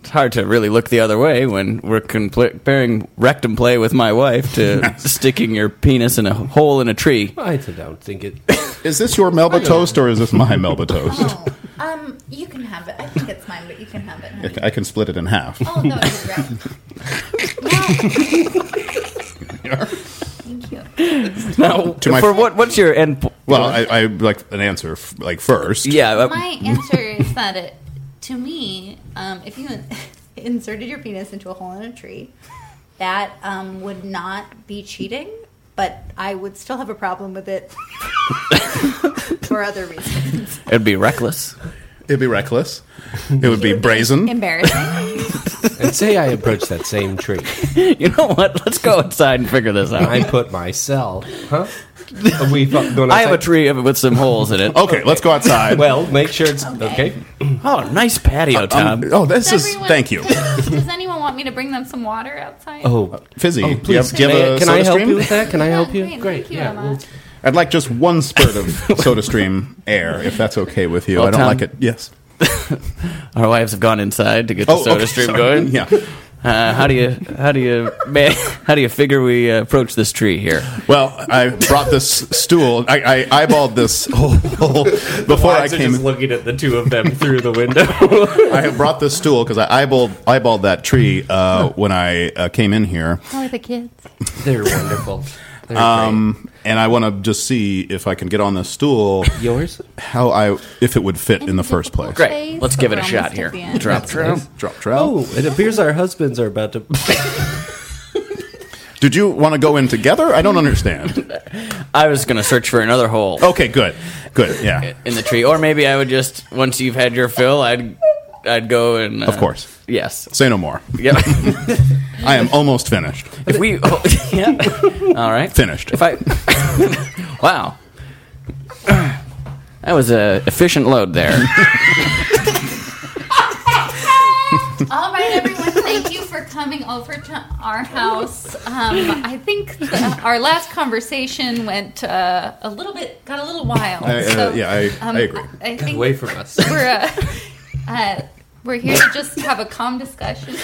it's hard to really look the other way when we're compl- comparing rectum play with my wife to sticking your penis in a hole in a tree.
I don't think it.
Is this your Melba toast or is this my Melba toast?
Oh, um, you can have it. I think it's mine, but you can have it. honey.
I can split it in half.
Oh, that was great. No. Thank you.
Now,
To my-
for what? What's your end? po-
Well, I, I like an answer f- like first.
yeah, uh,
My answer is that it, to me, um, if you in- inserted your penis into a hole in a tree, that um, would not be cheating, but I would still have a problem with it for other reasons.
it'd be reckless.
It'd be reckless. It would be brazen.
Embarrassing.
And say I approach that same tree.
You know what? Let's go inside and figure this out.
I put myself. Huh? Are we fu- going
I have a
outside?
tree with some holes in it.
Okay, let's go outside.
Well, make sure it's okay.
Oh, nice patio, Tom.
Um, oh, this
Does
is
everyone-
thank you,
Does anyone want me to bring them some water outside?
Oh,
Fizzy.
Oh,
do you have, do you have
May-
a
can
soda
I help
stream?
you with that? Can I help you?
Great, thank you, Emma.
I'd like just one spurt of soda stream air, if that's okay with you.
Well,
I don't
Tom-
like it. Yes. Oh,
Our wives have gone inside to get the soda
okay,
stream
sorry.
going.
Yeah.
Uh, how do you how do you man, how do you figure we uh, approach this tree here?
Well, I brought this stool. I, I eyeballed this hole before I
Wives are
came.
just looking at the two of them through the window.
I have brought this stool because I eyeballed, eyeballed that tree uh, when I uh, came in here,
How are the kids?
They're wonderful. They're
um, and I want to just see if I can get on this stool,
great. Yours?
how I if it would fit in the first place.
Great. Let's give it a shot here.
Drop.
True.
Drop trowel.
Oh, it appears our husbands are about to.
Did you want to go in together? I don't understand.
I was going to search for another hole
Okay, good, good. Yeah,
in the tree, or maybe I would just once you've had your fill, I'd I'd go and uh,
of course.
yes,
Say no more.
yep.
I am almost finished.
if we, oh, yeah. all right,
Finished.
If I, wow, that was a efficient load there.
All right, everyone. Thank you for coming over to our house. Um, I think the, our last conversation went uh, a little bit, got a little wild.
I, uh,
so,
yeah, I,
um,
I agree.
I think
Away from us.
we're uh, uh, we're here to just have a calm discussion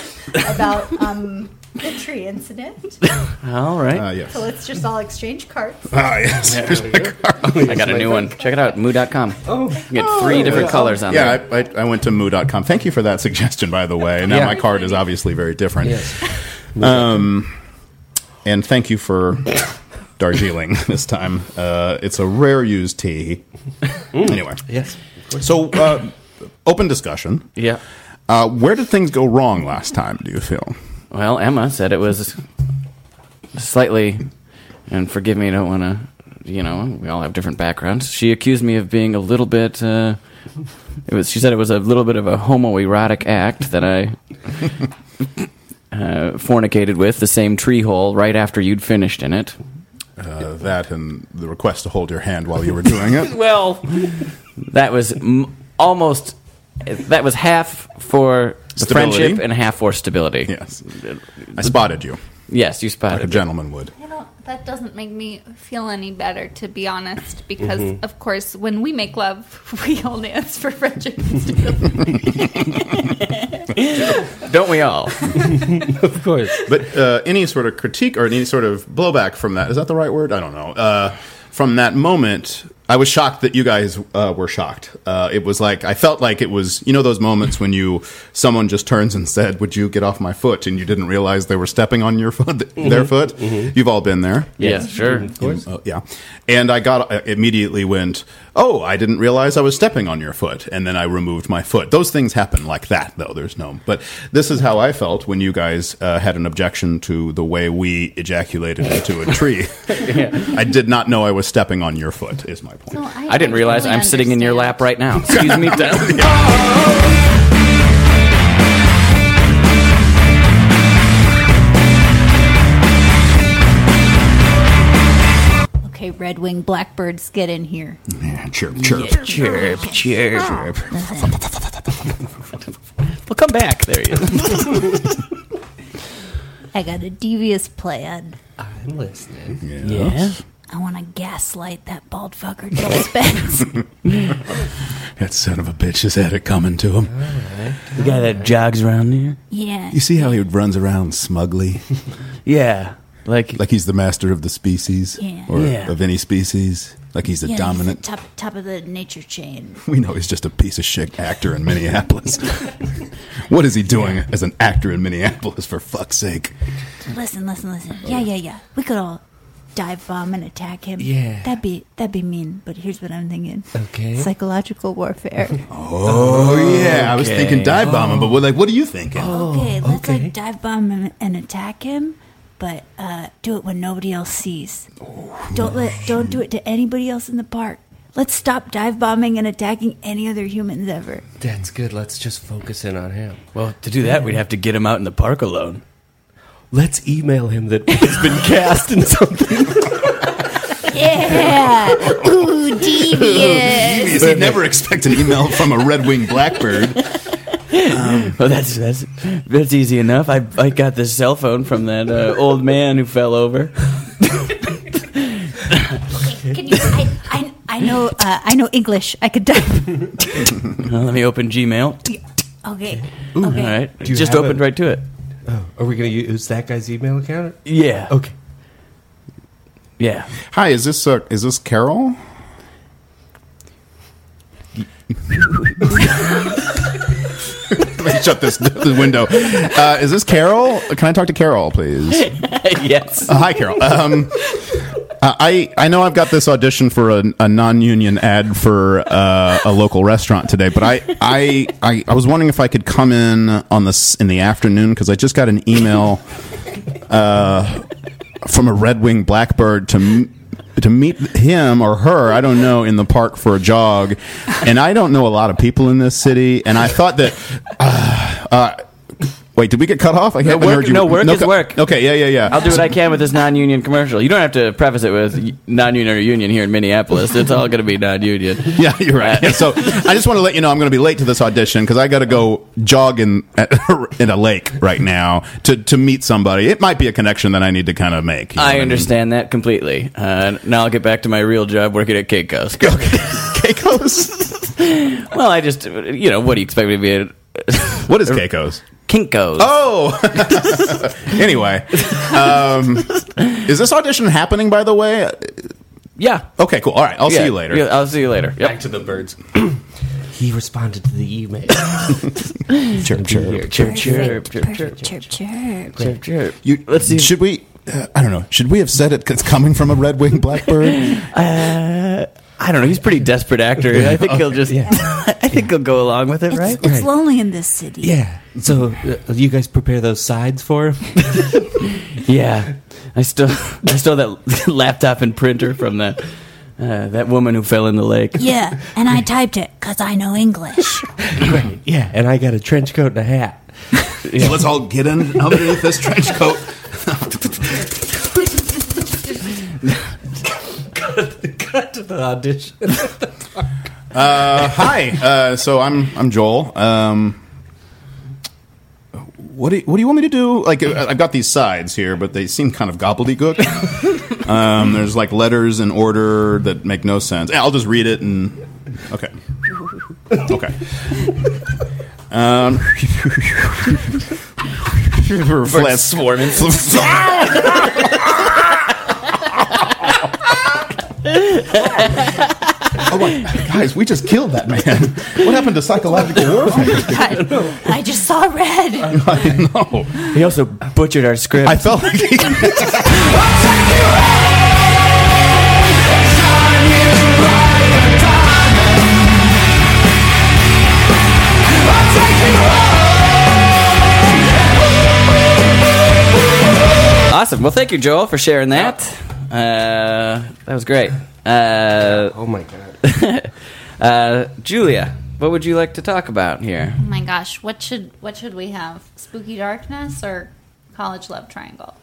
about um, the tree incident.
All right,
Uh, yes.
So let's just all exchange cards.
Ah, yes. Here's my card.
I got a new one. Check it out, moo.com. Oh, you get three different colors on there.
Yeah, I, I, I went to moo.com. Thank you for that suggestion, by the way. Now
Yeah.
my card is obviously very different. Um,
Yes.
And thank you for Darjeeling this time. Uh, it's a rare used tea. Anyway,
Yes.
so uh, open discussion.
Yeah.
Uh, where did things go wrong last time, do you feel?
Well, Emma said it was slightly, and forgive me, I don't want to, you know, we all have different backgrounds. She accused me of being a little bit, uh, it was, she said it was a little bit of a homoerotic act that I uh, fornicated with the same tree hole right after you'd finished in it.
Uh, that and the request to hold your hand while you were doing it.
Well, that was m- almost, that was half for the
Stability.
friendship and half for stability.
Yes. I spotted you,
Yes, you spotted
like a
it.
gentleman would.
I don't
That doesn't make me feel any better, to be honest, because
Mhm.
of course, when we make love, we all dance for friendship and
Don't we all?
of course. But uh, any sort of critique or any sort of blowback from that is that the right word? I don't know. Uh, from that moment, I was shocked that you guys uh, were shocked. Uh, it was like I felt like it was you know those moments when you someone just turns and said, "Would you get off my foot?" and you didn't realize they were stepping on your foot, their
Mhm.
foot. You've all been there.
Yeah, Yeah. sure. Of course.
Uh, yeah. And I got I immediately went, "Oh, I didn't realize I was stepping on your foot." And then I removed my foot. Those things happen like that though. There's no. But this is how I felt when you guys uh, had an objection to the way we ejaculated into a tree. I did not know I was stepping on your foot is my point.
I, didn't realize I'm sitting in your lap right now. Excuse me. Deb.
Okay, red winged blackbirds, get in here.
Yeah, chirp, chirp,
chirp, chirp, chirp.
well,
come back. There you
I got a devious plan.
I'm listening.
Yes.
I want to gaslight that bald fucker Joel Spence.
that son of a bitch has had it coming to him.
The guy that jogs around here.
Yeah.
You see how he runs around smugly?
yeah. Like
like he's the master of the species
Yeah.
or
Yeah.
of any species. Like he's the
Yeah,
dominant.
Top, top of the nature chain.
We know he's just a piece of shit actor in Minneapolis. what is he doing as an actor in Minneapolis for fuck's sake?
Listen, listen, listen. Yeah, yeah, yeah. We could all dive bomb and attack him.
Yeah.
That'd be that'd be mean, but here's what I'm thinking.
Okay.
Psychological warfare.
Oh, yeah, I was
okay.
thinking dive bombing, but what, like, what are you thinking?
okay, let's like dive bomb him and attack him, but uh, do it when nobody else sees. don't let don't do it to anybody else in the park. Let's stop dive bombing and attacking any other humans ever.
That's good. Let's just focus in on him.
Well, to do that, we'd have to get him out in the park alone.
Let's email him that he's been cast in something.
Yeah. Ooh, devious.
You never expect an email from a red winged blackbird.
well, that's that's that's easy enough. I I got this cell phone from that uh, old man who fell over.
Can you, I, I, I know uh, I know English. I could dive.
Well, let me open Gmail.
Okay.
All
okay.
right,
Do you
just
have
opened
a-
right to it.
Oh, are we going to use that guy's email account?
Yeah.
Okay.
Yeah.
Hi, is this uh, is this Carol? Let me shut this, this window. Uh, is this Carol? Can I talk to Carol, please?
yes.
Uh, hi, Carol. Um, uh, I I know I've got this audition for a, a non-union ad for uh, a local restaurant today, but I, I I I was wondering if I could come in on this in the afternoon because I just got an email uh, from a red wing blackbird to. m- To meet him or her, I don't know, in the park for a jog, and I don't know a lot of people in this city. And I thought that, uh, uh, wait, did we get cut off? I haven't
work-
heard you.
no, work is
cu-
work.
Okay, yeah, yeah, yeah.
I'll do what I can with this non-union commercial. You don't have to preface it with non-union or union here in Minneapolis. It's all going to be non-union.
Yeah, you're right. so I just want to let you know I'm going to be late to this audition because I got to go jog in in a lake right now to to meet somebody. It might be a connection that I need to kind of make. you know what
I
mean?
understand that completely. Uh, now I'll get back to my real job working at Keiko's.
Keiko's?
well, I just, you know, what do you expect me to be at?
What is Keiko's?
Kinko's.
Oh. anyway, um, is this audition happening? By the way.
Yeah.
Okay. Cool. All right. I'll see
Yeah,
you later.
yeah, I'll see you later.
Back to the birds.
He responded to the email.
chirp,
chirp,
chirp,
chirp, chirp,
Chirp, chirp, chirp.
chirp, chirp.
You, Let's see. Should we? Uh, I don't know. Should we have said it? 'cause It's coming from a red winged blackbird.
Uh, I don't know. He's a pretty desperate actor. I think he'll just. I think he'll go along with it,
It's,
right?
it's lonely in this city.
yeah. So uh, you guys prepare those sides for him?
Yeah, I still I stole that laptop and printer from that uh, that woman who fell in the lake.
Yeah, and I typed it because I know English.
right. Yeah. And I got a trench coat and a hat.
So let's all get in underneath this trench coat.
Cut to the audition.
Uh, hi. Uh, so I'm I'm Joel. Um, uh, what do you, what do you want me to do? Like I- I've got these sides here, but they seem kind of gobbledygook. Um, there's like letters in order that make no sense. I'll just read it and okay, okay. Um,
Birds
swarming. oh my guys, we just killed that man. What happened to psychological warfare?
I, I just saw red.
I know.
He also butchered our script.
I felt like he
Awesome. Well, thank you, Joel, for sharing that. Uh, that was great. Uh,
oh my god.
uh, Julia, what would you like to talk about here?
Oh my gosh, what should what should we have? Spooky darkness or college love triangle?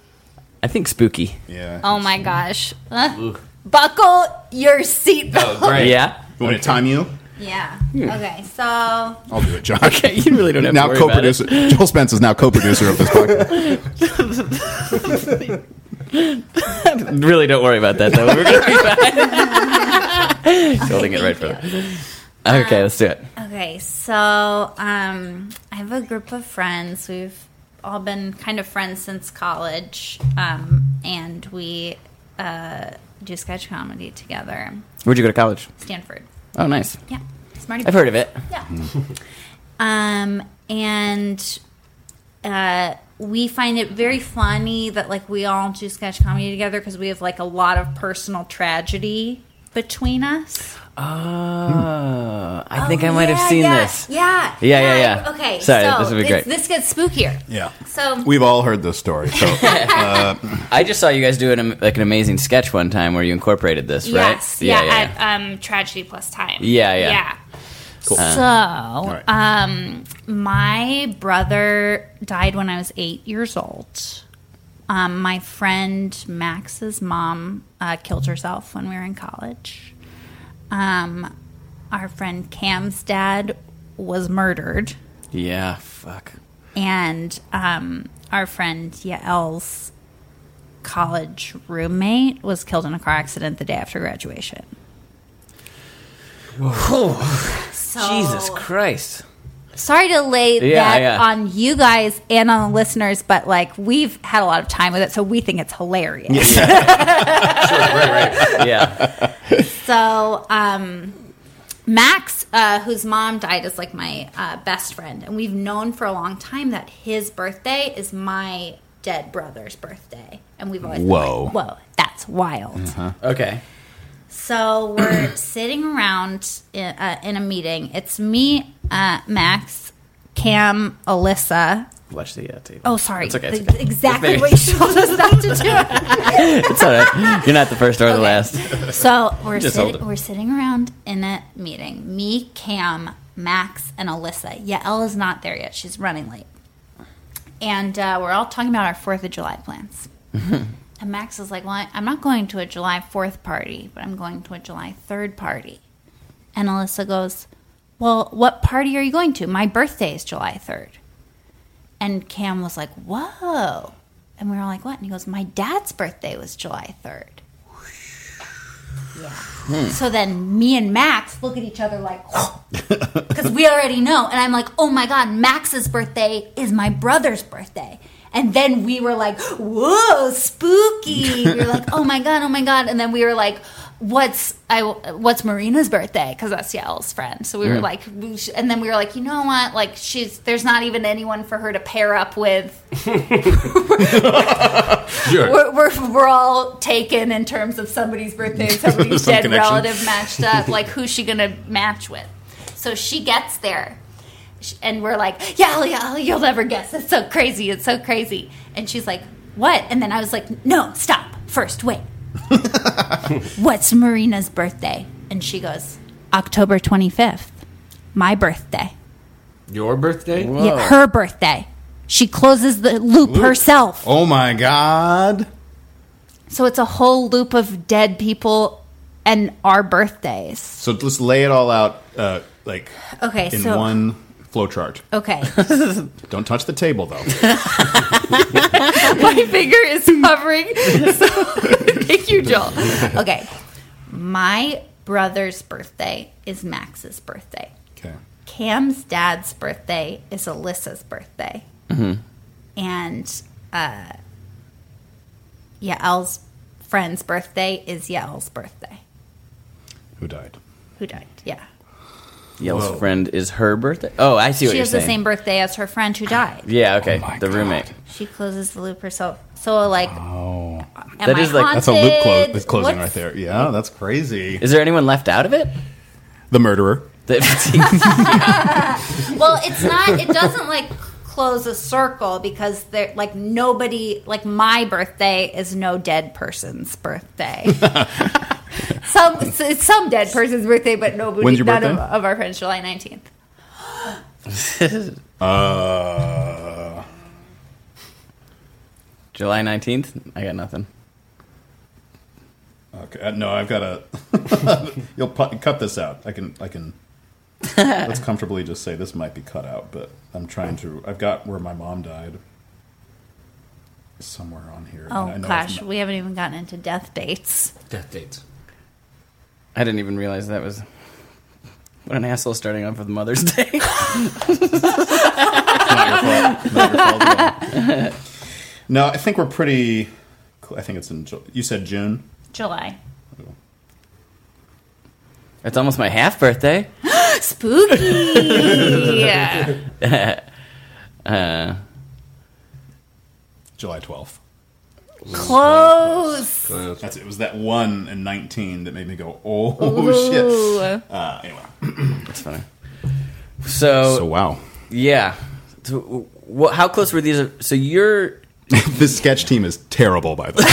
I think spooky.
Yeah.
Oh my gosh. Uh, buckle your seatbelt.
Yeah.
You want to time you?
Yeah. Okay, so
I'll do it, John. Okay,
you really don't have to
now
worry about
co-producer. Joel Spence is now co-producer of this podcast.
really don't worry about that, though. We're going to be fine. He's holding it right for that. Okay, let's do it.
Okay, so um, I have a group of friends. We've all been kind of friends since college, um, and we uh, do sketch comedy together.
Where'd you go to college?
Stanford,
Oh, nice.
yeah, smarty.
I've heard of it.
Um, and uh, we find it very funny that like we all do sketch comedy together because we have like a lot of personal tragedy between us.
Uh, I
Oh,
think I might
yeah,
have seen
yeah,
this.
Yeah.
Yeah, yeah, yeah.
Okay.
Sorry,
so
this would be great.
This gets spookier.
Yeah,
So
we've all heard this story. So
I just saw you guys do an, like an amazing sketch one time where you incorporated this, right?
Yes. Yeah. At um, tragedy plus time.
Yeah, yeah.
Yeah.
Cool.
So,
right.
um, my brother died when I was eight years old. Um, my friend Max's mom uh, killed herself when we were in college. Um, our friend Cam's dad was murdered.
yeah. Fuck.
and um, our friend Yael's college roommate was killed in a car accident the day after graduation. So,
Jesus Christ.
Sorry to lay
Yeah,
that
yeah.
on you guys and on the listeners, but like we've had a lot of time with it, so we think it's hilarious.
Yeah.
So, um, Max, uh, whose mom died, is like my uh, best friend, and we've known for a long time that his birthday is my dead brother's birthday, and we've always
Whoa.
been like, whoa, that's wild.
Uh-huh. okay.
So we're sitting around in, uh, in a meeting. It's me, uh, Max, Cam, Alyssa.
Watch the uh, tape.
Oh, sorry,
It's okay.
The-
It's, okay.
exactly
Maybe-
what you're supposed not to do.
it's all right. You're not the first or the last.
So we're
Just hold
sitting,
it.
we're sitting around in a meeting. Me, Cam, Max, and Alyssa. Yael is not there yet. She's running late, and uh, we're all talking about our Fourth of July plans. and Max is like, "Well, I- I'm not going to a July Fourth party, but I'm going to a July Third party." And Alyssa goes, "Well, what party are you going to? My birthday is July 3rd." And Cam was like, "Whoa." And we were all like, "What?" And he goes, "My dad's birthday was July 3rd." So then me and Max look at each other like, because we already know. And I'm like, oh my God, Max's birthday is my brother's birthday. And then we were like, whoa, spooky. We were like, oh my God, oh my God. And then we were like, what's I, what's Marina's birthday? Because that's Yael's friend. So we were like, we sh- and then we were like, you know what? Like, she's, there's not even anyone for her to pair up with we're, we're, we're all taken in terms of somebody's birthday and somebody's
Some
dead
connection.
relative matched up. Like, who's she going to match with? So she gets there. sh- And we're like, yeah, yeah, you'll never guess. It's so crazy. It's so crazy. And she's like, what? And then I was like, no, stop. First, wait. What's Marina's birthday? And she goes, October 25th, my birthday.
Your birthday?
Oh.
Yeah, her birthday. She closes the loop herself.
oh my god.
So it's a whole loop of dead people and our birthdays.
So let's lay it all out, uh, like
Okay,
in
so
one Flowchart.
Okay.
Don't touch the table though.
My finger is hovering. So thank you, Joel. Okay. My brother's birthday is Max's birthday.
Okay.
Cam's dad's birthday is Alyssa's birthday.
Mm-hmm.
And uh Yael's friend's birthday is Yael's birthday.
Who died?
Who died? Yeah.
Yell's friend is her birthday. Oh, I see what
she
you're
has
saying.
the same birthday as her friend who died.
Yeah, okay. the roommate.
She closes the loop herself. So like
Oh,
Am That I is like-
that's a loop clo-
haunted?
that's closing
What's-
right there. Yeah, that's crazy.
Is there anyone left out of it?
The murderer.
well, it's not. It doesn't like close a circle because there, like nobody, like my birthday is no dead person's birthday. some it's some dead person's birthday, but nobody.
When's your
none of,
birthday?
of our friends, July nineteenth.
uh,
July 19th? I got nothing.
okay. uh, No, I've got a. you'll pu- cut this out. I can. I can. let's comfortably just say this might be cut out, but I'm trying to. I've got where my mom died. Somewhere on here. and I
Oh
know
gosh,
it's
we haven't even gotten into death dates.
Death dates.
I didn't even realize that was. What an asshole starting off with Mother's Day.
No, I think we're pretty. cl- I think it's in. Ju- You said June.
July
It's almost my half birthday.
spooky. yeah.
Uh,
July twelfth.
Close.
That's it. Was that one in nineteen that made me go, oh shit. Uh, anyway.
that's funny. So,
wow.
yeah. So, wh- how close were these? So you're.
This sketch team is terrible, by the way.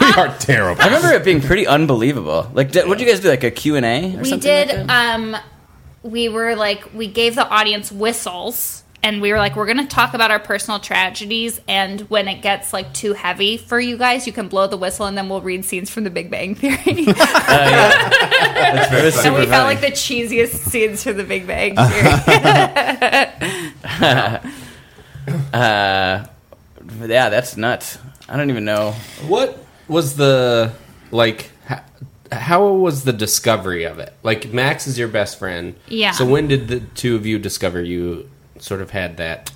we are terrible.
I remember it being pretty unbelievable. Like, did, what did you guys do? Like a Q and A? or
we
something
did
like that?
um we were like we gave the audience whistles and we were like we're gonna talk about our personal tragedies and when it gets like too heavy for you guys you can blow the whistle and then we'll read scenes from the big bang theory and we
It was super
found
funny.
like the cheesiest scenes from the big bang
Uh.
theory
yeah, that's nuts. I don't even know.
What was the like? How, how was the discovery of it? Like Max is your best friend.
Yeah.
So when did the two of you discover you sort of had that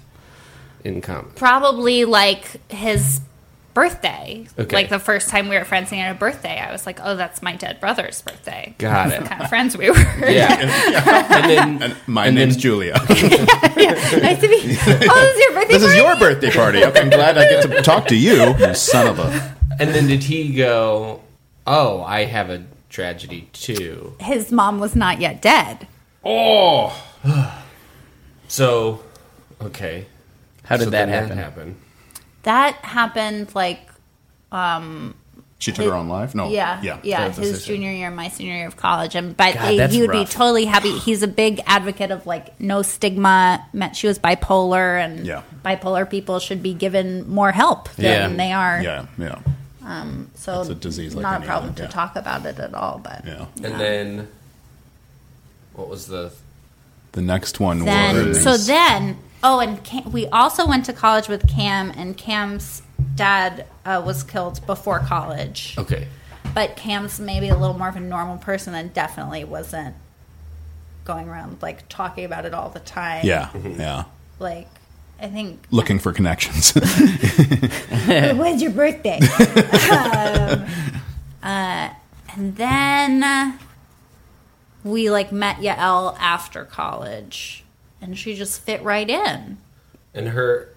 in common?
probably like his birthday
Okay.
like the first time we were friends and he had a birthday i was like oh that's my dead brother's birthday
Got it.
kind of friends we were
Yeah. and then
And my
And
name's
then-
Julia.
nice to meet you oh this is your birthday
this is
party?
your birthday party. Okay, I'm glad I get to talk to you, you son of a.
and then did he go? Oh, I have a tragedy too.
his mom was not yet dead
Oh. So, okay.
How did
So
that
then
happen?
That happened like um
She took her own life? No.
yeah
Oh, Yeah.
yeah, his junior year, my senior year of college, and but
God, that's
he would
rough.
be totally happy. He's a big advocate of like no stigma. Meant she was bipolar, and
Yeah.
bipolar people should be given more help than
Yeah.
they are.
Yeah. Yeah.
So
It's a disease like
not
any
a problem
other,
to
yeah.
talk about it at all. But
Yeah.
And then, what was the?
The next one
then
was.
so then oh and Cam, we also went to college with Cam, and Cam's dad uh, was killed before college.
Okay.
but Cam's maybe a little more of a normal person and definitely wasn't going around like talking about it all the time.
yeah. Yeah.
Like I think
Looking for connections.
when's your birthday? um, uh, and then uh, we like met Yael after college and she just fit right in.
And her,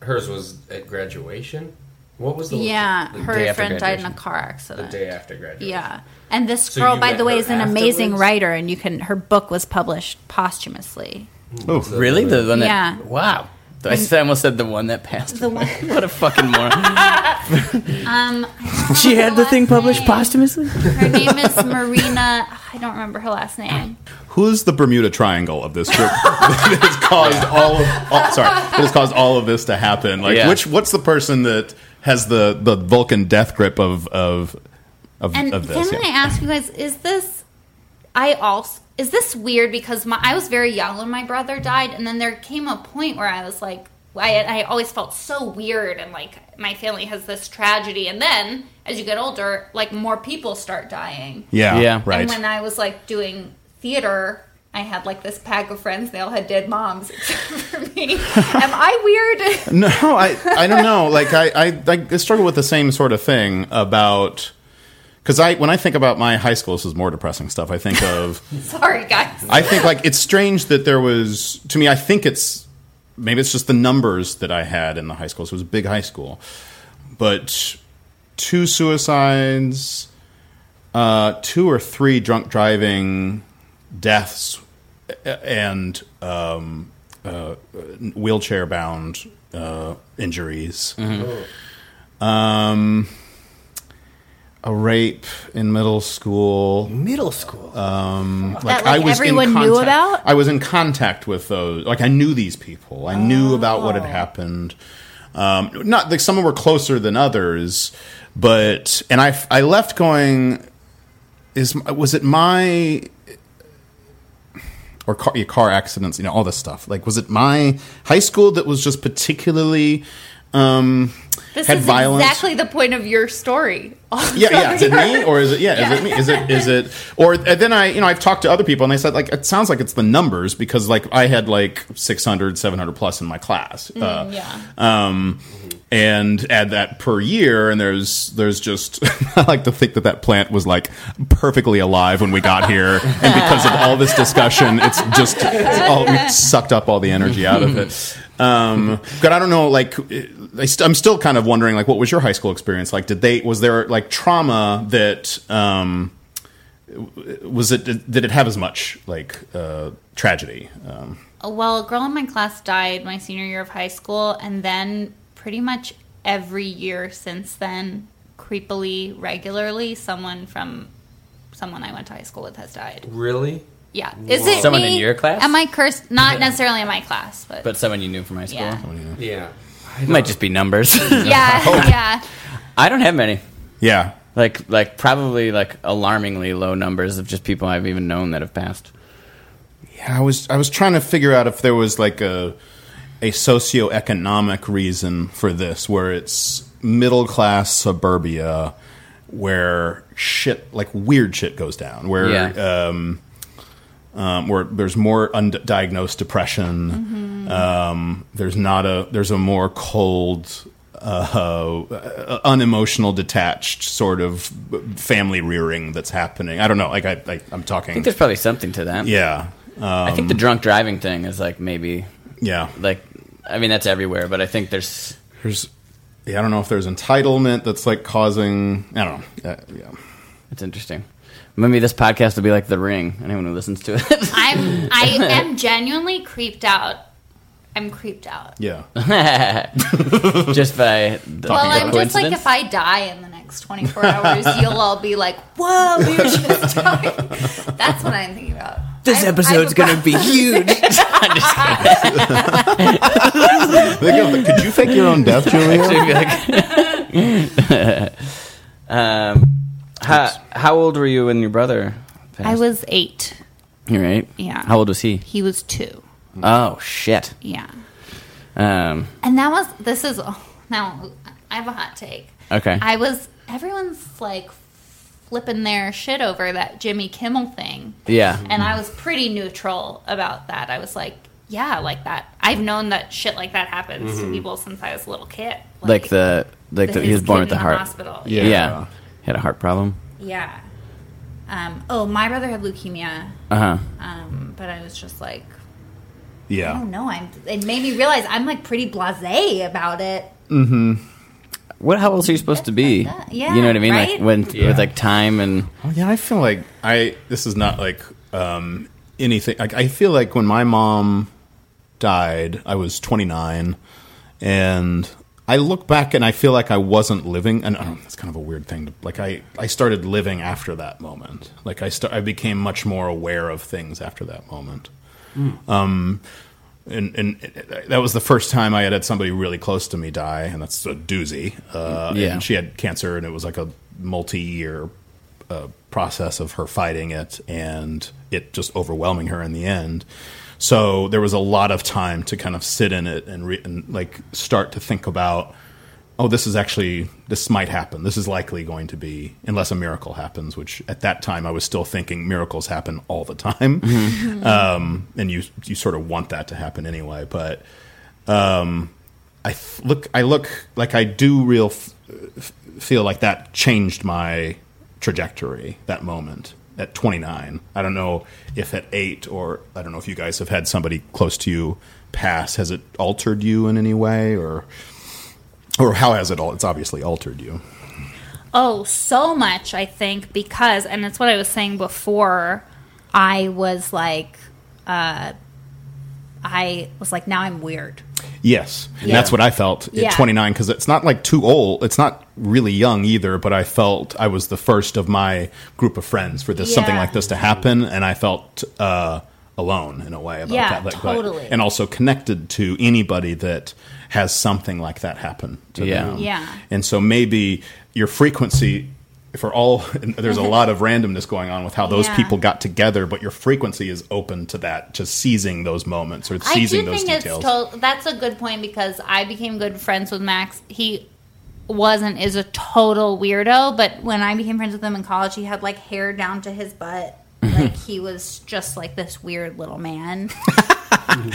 hers was at graduation. What was the?
yeah,
the day
her
after
friend died in a
graduation?
car accident.
The day after graduation.
Yeah. And this
So
girl,
you
by
met
the way,
her
is an amazing
afterwards?
writer, and you can her book was published posthumously.
oh,
Really, the one that?
Yeah.
Wow. I said- I almost said the one that passed.
The
away.
one-
what a fucking moron.
Um,
she had the thing published posthumously.
Her name is Marina. I don't remember her last name.
Who's the Bermuda Triangle of this group that has caused all of all, sorry that has caused all of this to happen? Like,
Yeah.
which what's the person that has the the Vulcan death grip of of of,
And
of
can
this?
I
yeah.
ask you guys? Is this? I also is this weird because my, I was very young when my brother died, and then there came a point where I was like, I, I always felt so weird, and like my family has this tragedy. And then as you get older, like more people start dying.
Yeah, Yeah. right.
And when I was like doing theater, I had like this pack of friends, and they all had dead moms except for me. Am I weird?
No, I, I don't know. Like I, I, I struggle with the same sort of thing about because I when I think about my high school, this is more depressing stuff. I think of
Sorry, guys.
I think like it's strange that there was to me. I think it's maybe it's just the numbers that I had in the high school. So it was a big high school, but two suicides, uh, two or three drunk driving deaths, a- and um, uh, wheelchair bound uh, injuries.
Mhm.
Um, a rape in middle school.
Middle school.
Um, like,
That,
I
like,
was in
everyone knew
contact-
about?
I was in contact with those. Like I knew these people. I knew about
Oh.
what had happened. Um, not like some were closer than others, but and I I left going. Is was it my or car, yeah, car accidents, you know, all this stuff. Like, was it my high school that was just particularly um,
This
had
is
violence?
exactly the point of your story.
yeah, yeah. Is it me or is it yeah, Is it me? Is it is it or and then I you know I've talked to other people and they said like it sounds like it's the numbers because like I had like 600, 700 plus in my class. uh,
Mm, yeah.
Um, and add that per year, and there's there's just I like to think that that plant was like perfectly alive when we got here, and because of all this discussion, it's just it's all, we sucked up all the energy out of it. Um, but I don't know, like I st- I'm still kind of wondering, like what was your high school experience like? Did they was there like trauma that um, w- was it did, did it have as much like uh, tragedy? Um,
Well, a girl in my class died my senior year of high school, and then pretty much every year since then, creepily, regularly, someone from someone I went to high school with has died.
Really?
Yeah, is it
Someone
me?
in your class?
Am I cursed? Not necessarily in my class, but,
But someone you knew from high school.
Yeah.
Yeah.
It might just be numbers.
yeah, yeah.
I don't have many.
Yeah.
Like like probably like alarmingly low numbers of just people I've even known that have passed.
Yeah, I was I was trying to figure out if there was like a a socioeconomic reason for this, where it's middle class suburbia, where shit like weird shit goes down, where um, um, where there's more undiagnosed depression. Um, there's not a there's a more cold, uh, uh, unemotional, detached sort of family rearing that's happening. I don't know. Like I, I I'm talking.
I think there's probably something to that.
Yeah.
I think the drunk driving thing is like maybe.
Yeah.
Like, I mean, that's everywhere, but I think there's.
There's. Yeah, I don't know if there's entitlement that's like causing. I don't know. Uh, yeah.
It's interesting. Maybe this podcast will be like The Ring. Anyone who listens to it.
I'm I am genuinely creeped out. I'm creeped out.
yeah.
just by. The
well, I'm just like
coincidence.
if I die in the next 24 hours, you'll all be like, "Whoa, we were just talking." That's what I'm thinking about.
This episode's going to be huge.
Could you fake your own death, Julia?
um, how, how old were you when your brother passed?
I was eight.
You're eight?
Yeah.
How old was he?
He was two.
Oh, shit.
Yeah.
Um,
And that was, this is, oh, now I have a hot take.
okay.
I was, everyone's like flipping their shit over that Jimmy Kimmel thing.
Yeah.
And I was pretty neutral about that. I was like, yeah, like that. I've known that shit like that happens to
Mhm.
people since I was a little kid.
like, the. Like
the-
the, he
his
was born
kid
with the
in the
heart.
hospital.
Yeah.
Yeah.
He had a heart problem.
Yeah. Um, oh, my brother had leukemia.
Uh huh.
Um, but I was just like, I
Yeah.
don't know. I'm, it made me realize I'm like pretty blasé about it.
Mm hmm. What? How old are you supposed to be?
Yeah,
You know what I mean?
right?
Like when
Yeah.
with like time and
Oh, yeah, I feel like I. This is not like um, anything. Like I feel like when my mom died, I was 29, and I look back and I feel like I wasn't living. And oh, that's kind of a weird thing. To, like I, I started living after that moment. Like I, sta- I became much more aware of things after that moment. Um, and and it- that was the first time I had had somebody really close to me die, and that's a doozy. Uh,
Yeah.
And she had cancer, and it was like a multi-year a process of her fighting it and it just overwhelming her in the end. So there was a lot of time to kind of sit in it and, re- and like start to think about, oh, this is actually this might happen. This is likely going to be unless a miracle happens. Which at that time I was still thinking miracles happen all the time,
Mhm.
um, and you you sort of want that to happen anyway. But um, I f- look I look like I do real f- f- feel like that changed my trajectory that moment at 29. I don't know if at 8 or I don't know if you guys have had somebody close to you pass has it altered you in any way or or how has it all it's obviously altered you.
Oh, so much, I think, because, and it's what I was saying before, I was like, uh, I was like, now I'm weird.
Yes. And
Yeah.
that's what I felt at
Yeah.
29 cuz it's not like too old. It's not really young either, but I felt I was the first of my group of friends for this something
Yeah.
like this to happen and I felt uh alone in a way about
Yeah,
that like, but-
totally.
and also connected to anybody that has something like that happen to
Yeah.
them.
Yeah.
And so maybe your frequency for all there's a lot of randomness going on with how those
Yeah.
people got together, but your frequency is open to that, to seizing those moments or
I do
seizing those
think it's
details.
to- that's a good point because I became good friends with Max. He wasn't is a total weirdo, but when I became friends with him in college, he had like hair down to his butt. Like he was just like this weird little man.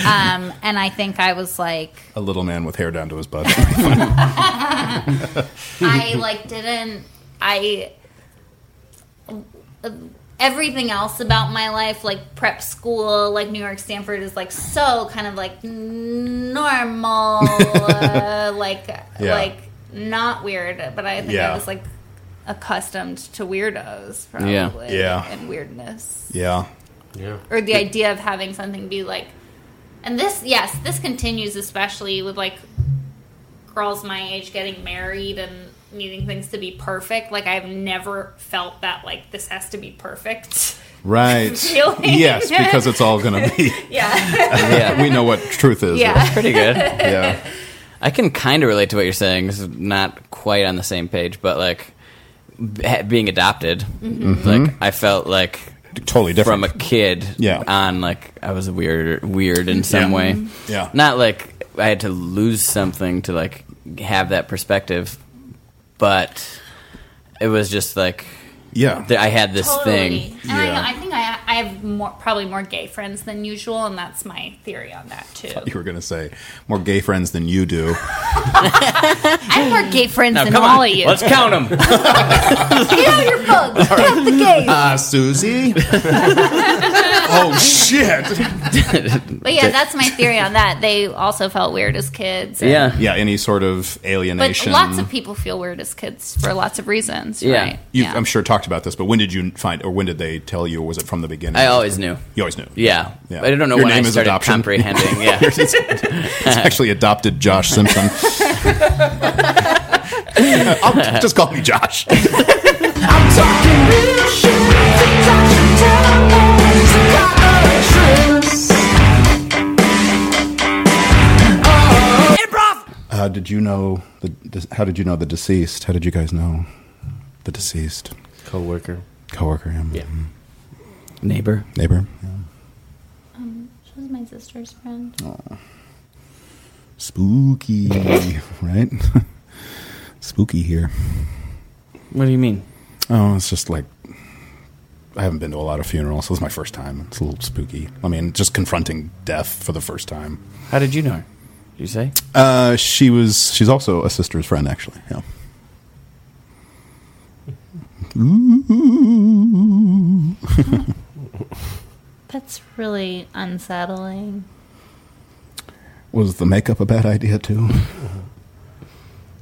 um, and I think I was like,
a little man with hair down to his butt.
I like didn't I everything else about my life like prep school like New York Stanford is like so kind of like normal uh, like
Yeah.
like not weird but I think
Yeah.
I was like accustomed to weirdos probably
Yeah. Yeah.
and weirdness
yeah. Yeah.
or the idea of having something be like and this yes this continues especially with like girls my age getting married and needing things to be perfect like i've never felt that like this has to be perfect
Right.
Really?
Yes, because it's all going to be.
yeah
We know what truth is.
Yeah.
That's pretty good.
Yeah.
I can kind of relate to what you're saying. This is not quite on the same page, but like b- ha- being adopted,
Mhm.
like I felt like
totally
different from a kid.
Yeah.
on like I was weird, weird in some
Yeah. Mm-hmm.
way.
Yeah.
not like I had to lose something to like have that perspective, but it was just like
yeah,
I had this
Totally.
thing.
and I, I think I, I have more, probably more gay friends than usual and that's my theory on that too
You were going to say more gay friends than you do.
i have more gay friends
Now,
than
come
all
on.
of you
Let's count 'em.
get out your phones get out the gays
Ah, Susie. oh shit.
But yeah, that's my theory on that. They also felt weird as kids. and-
Yeah. Yeah, any sort of
But
alienation.
lots of people feel weird as kids for lots of reasons, right?
You've,
yeah.
I'm sure talked about this, but when did you find, or when did they tell you, or was it from the beginning?
I always knew.
You always knew.
Yeah. I don't know
Your
when
name
I
is
started
adoption.
comprehending. Yeah.
it's, it's actually adopted Josh Simpson. I'll just call me Josh. Uh, did you know the? de- How did you know the deceased? How did you guys know the deceased?
Coworker.
Coworker. Yeah.
Neighbor.
Neighbor.
Um, she was my sister's friend.
Aw. Spooky, right? Spooky here.
What do you mean?
Oh, it's just like I haven't been to a lot of funerals. So this is my first time. It's a little spooky. I mean, just confronting death for the first time.
How did you know her? Did you say?
Uh, she was. She's also a sister's friend, actually. Yeah.
That's really unsettling.
Was the makeup a bad idea too?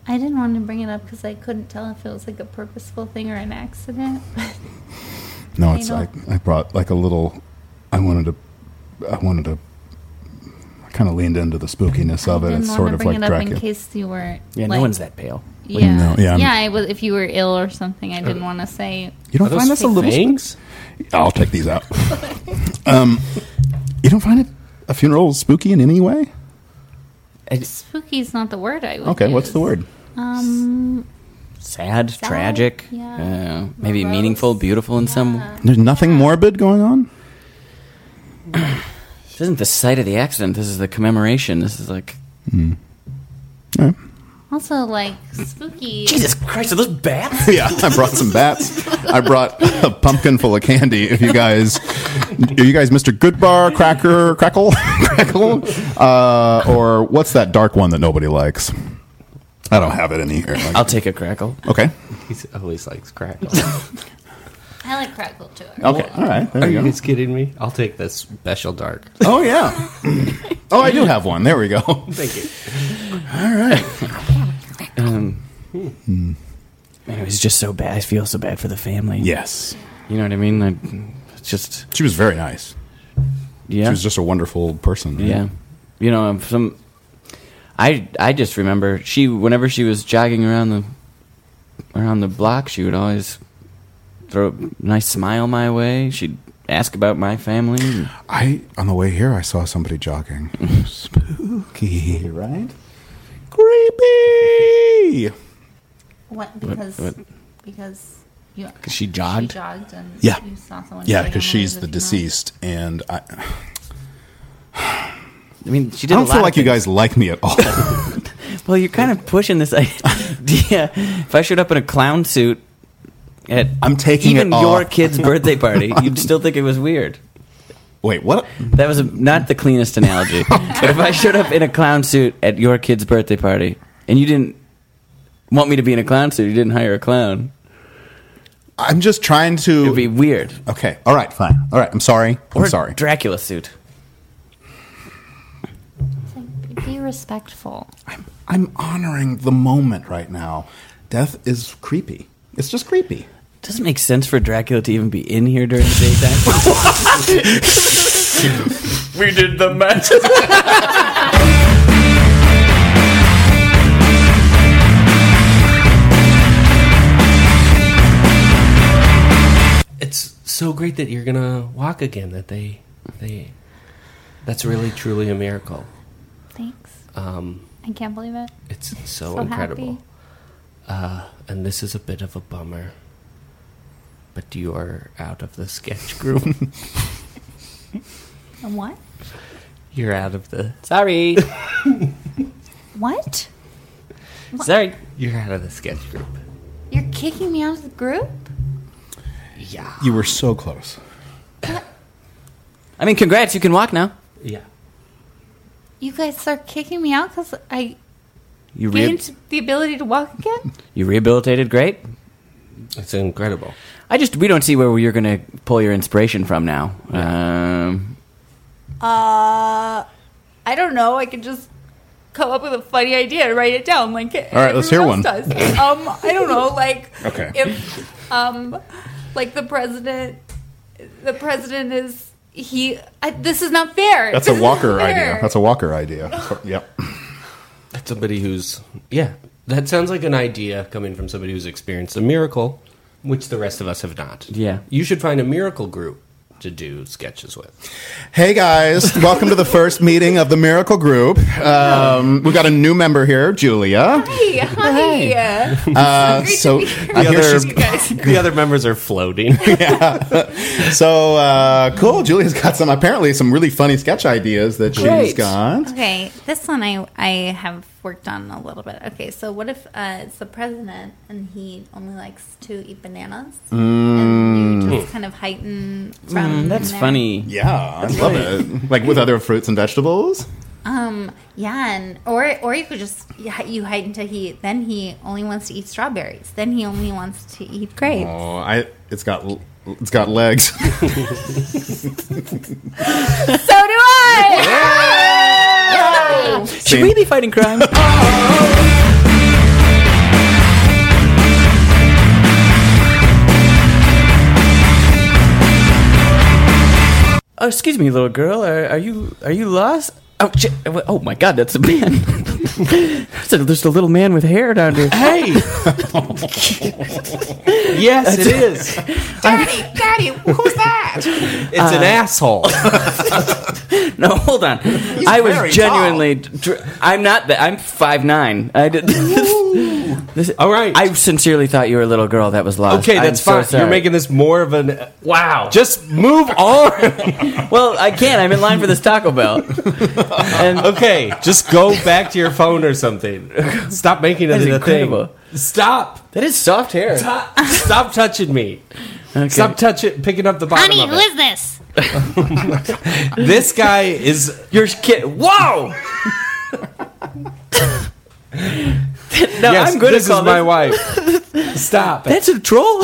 I didn't want to bring it up because I couldn't tell if it was like a purposeful thing or an accident.
No,
I
it's like
don't-
I brought like a little. I wanted to. I wanted to. I kind of leaned into the spookiness of it.
didn't
It's
wanna
sort of
bring
like
it up
Dracula.
in case you weren't.
Yeah, no
like-
one's that pale.
Yeah,
No, yeah,
yeah.
I'm-
I was, if you were ill or something, I didn't want to say.
You don't find this a little
things?
I'll take these out. um, you don't find it a funeral spooky in any way?
spooky is not the word I would.
Okay, what's the
use.
word?
Um,
sad, tragic, uh, maybe meaningful, beautiful in some.
There's nothing morbid going on.
This isn't the site of the accident. This is the commemoration. This is like
Also, like spooky.
Jesus Christ, are those bats?
yeah, I brought some bats. I brought a pumpkin full of candy. If you guys, are you guys Mr. Goodbar, Cracker, Crackle, Crackle, uh, or what's that dark one that nobody likes? I don't have it in here. Like-
I'll take a crackle.
okay.
He always likes crack.
I like crackle too.
Okay. All right. There
Are
you
you
go.
guys kidding me? I'll take this special dark.
Oh yeah. Oh, I do have one. There we go.
Thank you.
Man, it was just so bad. I feel so bad for the family.
Yes.
You know what I mean? I, it's just
She was very nice.
yeah.
She was just a wonderful person. right?
Yeah, you know, um, some. I I just remember she whenever she was jogging around the around the block, she would always throw a nice smile my way. She'd ask about my family. and-
I on the way here I saw somebody jogging. Spooky, right? Creepy.
What? Because
what?
because you.
'Cause she jogged?
She jogged and
Yeah.
You saw someone.
Yeah,
jogging
because
and
she's
it was
the
a funeral.
deceased, and I, I
I mean, she did. a
don't
lot
feel
of
like you
things.
guys like me at all.
Well, you're kind of pushing this idea. if I showed up in a clown suit at
I'm taking
even
it
your
off.
kid's birthday party, you'd still think it was weird.
Wait, what?
That was a, not the cleanest analogy. But if I showed up in a clown suit at your kid's birthday party and you didn't want me to be in a clown suit, you didn't hire a clown,
I'm just trying
it would be
to.
weird.
Okay, all right, fine. All right, I'm sorry.
Or
I'm
a
sorry.
Dracula suit.
It's like, be respectful.
I'm, I'm honoring the moment right now. Death is creepy. It's just creepy.
Doesn't make sense for Dracula to even be in here during the daytime.
We did the match.
It's so great that you're gonna walk again. That they they. That's really truly a miracle.
Thanks.
Um,
I can't believe it.
it's so,
So
incredible.
happy.
Uh, and this is a bit of a bummer. But you are out of the sketch group.
And what?
you're out of the.
Sorry.
What?
Sorry.
You're out of the sketch group.
You're kicking me out of the group?
Yeah.
You were so close.
I mean, congrats, you can walk now.
Yeah.
You guys are kicking me out because I
You, re-
gained the ability to walk again?
you rehabilitated great.
It's incredible.
I just, we don't see where you're going to pull your inspiration from now. Um,
Uh, I don't know. I could just come up with a funny idea and write it down. Like, all
right, let's hear one.
Um, I don't know. Like,
Okay.
if um, like the president, the president is he. I, this is not fair.
That's
This
a
is
Walker
not fair.
idea. That's a Walker idea. Yep.
That's somebody who's. Yeah. That sounds like an idea coming from somebody who's experienced a miracle, which the rest of us have not.
Yeah.
You should find a miracle group to do sketches with.
Hey guys, welcome to the first meeting of the Miracle Group. Um, we've got a new member here, Julia.
Hey, hi.
Uh, so I hear she's-
the other members are floating.
so uh, cool. Julia's got some apparently some really funny sketch ideas that she's
Great.
got.
Okay, this one I I have worked on a little bit. Okay, so what if uh, it's the president and he only likes to eat bananas,
Mm.
and you just kind of heighten from
Mm, that's
there?
funny.
Yeah, I love it. Like with other fruits and vegetables.
Um, yeah, and or or you could just you hei- you heighten to he then he only wants to eat strawberries, then he only wants to eat grapes.
Oh, I it's got l- it's got legs.
So do I.
Should we be fighting crime? oh, excuse me, little girl. Are, are you are you lost? Oh, shit. oh my God, that's a man. That's a- there's a little man with hair down here. Hey. yes, it is.
Daddy, Daddy, who's that?
It's an
Uh,
asshole.
No, hold on. I was
very
genuinely. Dr- I'm not. That, I'm five nine. I did. All right. I sincerely thought you were a little girl that was lost.
Okay, that's
I'm so
fine.
sorry.
You're making this more of an wow. Just
move on. well, I can't. I'm in line for this Taco Bell.
okay, just go back to your phone or something. Stop making it
That is
a
incredible.
thing. Stop.
That is soft hair.
Stop, stop touching me. Stop touching, picking up the bottom
Honey,
of
who
it.
is this?
This guy is
your kid. Whoa. no,
yes,
I'm good
this
at calling
is my wife. Stop.
That's a troll.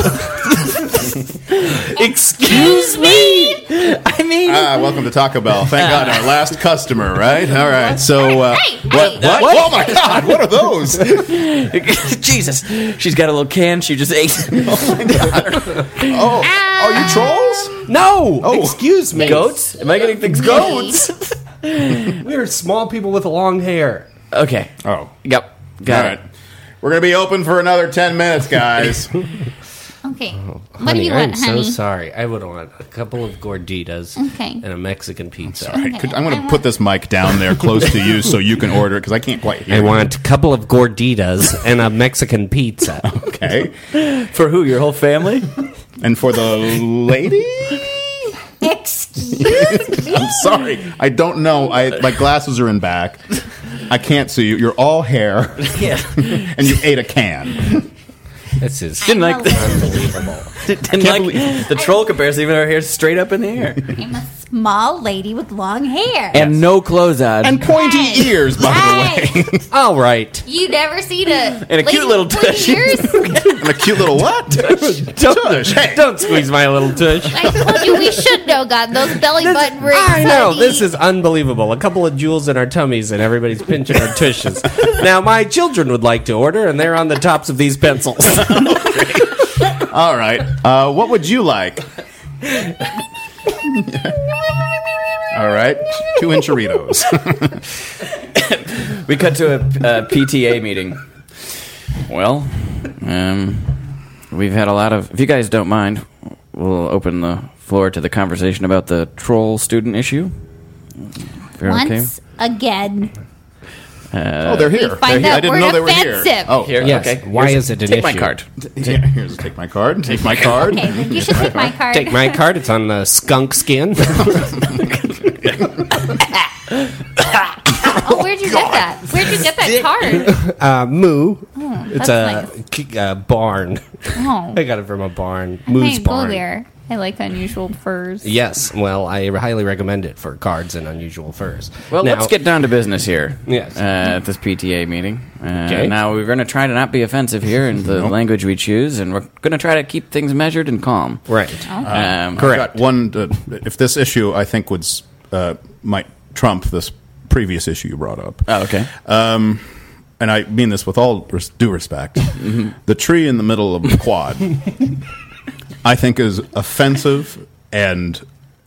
Excuse
me. I mean,
Ah, welcome to Taco Bell. Thank God, our last customer. Right? All right. So, uh, what,
hey.
what?
What?
Oh my God! What are those?
Jesus, she's got a little can she just ate.
Oh, are you trolls?
No. Excuse me.
Goats? Am I getting things goats?
We are small people with long hair.
Okay.
Oh,
Yep. Got
all
it.
right. We're gonna be open for another ten minutes, guys.
Okay. what
honey,
do you
I'm
want,
so
honey?
sorry. I would want a couple of gorditas
Okay.
and a Mexican pizza.
All right, could, I'm gonna put this mic down there close to you so you can order it because I can't quite hear.
I want a couple of gorditas and a Mexican pizza.
Okay.
For who? Your whole family?
And for the lady,
Excuse me.
I'm sorry. I don't know. I my glasses are in back. I can't see you. You're all hair,
yeah.
and you ate a can.
This is
Didn't
I'm
like
a
the,
unbelievable.
didn't like the troll comparison. Even our hair straight up in the air
I'm a small lady with long hair.
and no clothes on.
And pointy
Hey.
ears, by the way.
All right.
You never seen a
And a cute
lady
little
with pointy
tush.
ears?
and a cute little what? Tush. Hey.
Don't squeeze my little tush.
I told you we should know God those belly button rings.
I know
honey.
this is unbelievable. A couple of jewels in our tummies, and everybody's pinching our tushes. now, my children would like to order, and they're on the tops of these pencils.
All right. Uh, what would you like? All right. Two enchiritos.
we cut to a, a PTA meeting. Well, um, we've had a lot of. If you guys don't mind, we'll open the floor to the conversation about the troll student issue. If you're
once again.
oh, they're here.
We find
They're here.
out
I didn't
we're
know they were here.
offensive.
Oh,
Here,
Yes.
okay.
Why
Here's-
is it an
take my
issue?
card?
yeah, here's take my card. Take my card.
Okay, then you should take my card.
Take my card; it's on the skunk skin.
Oh, where'd you get that? Where'd you get that card?
Uh, moo. it's a
Oh, that's
k- uh, barn.
Oh,
I got it from a barn. Moo's
hey,
barn.
Bluebear. I like unusual furs.
Yes. Well, I highly recommend it for cards and unusual furs.
Well,
Now-
let's get down to business here.
Yes.
Uh, at this PTA meeting. Uh,
Okay.
Now, we're going to try to not be offensive here in the language we choose, and we're going to try to keep things measured and calm.
right.
Um,
Got one. Uh, if this issue, I think, would s- uh, might trump this previous issue you brought up.
Oh, okay.
and I mean this with all res- due respect,
Mm-hmm.
the tree in the middle of the quad, I think, is offensive and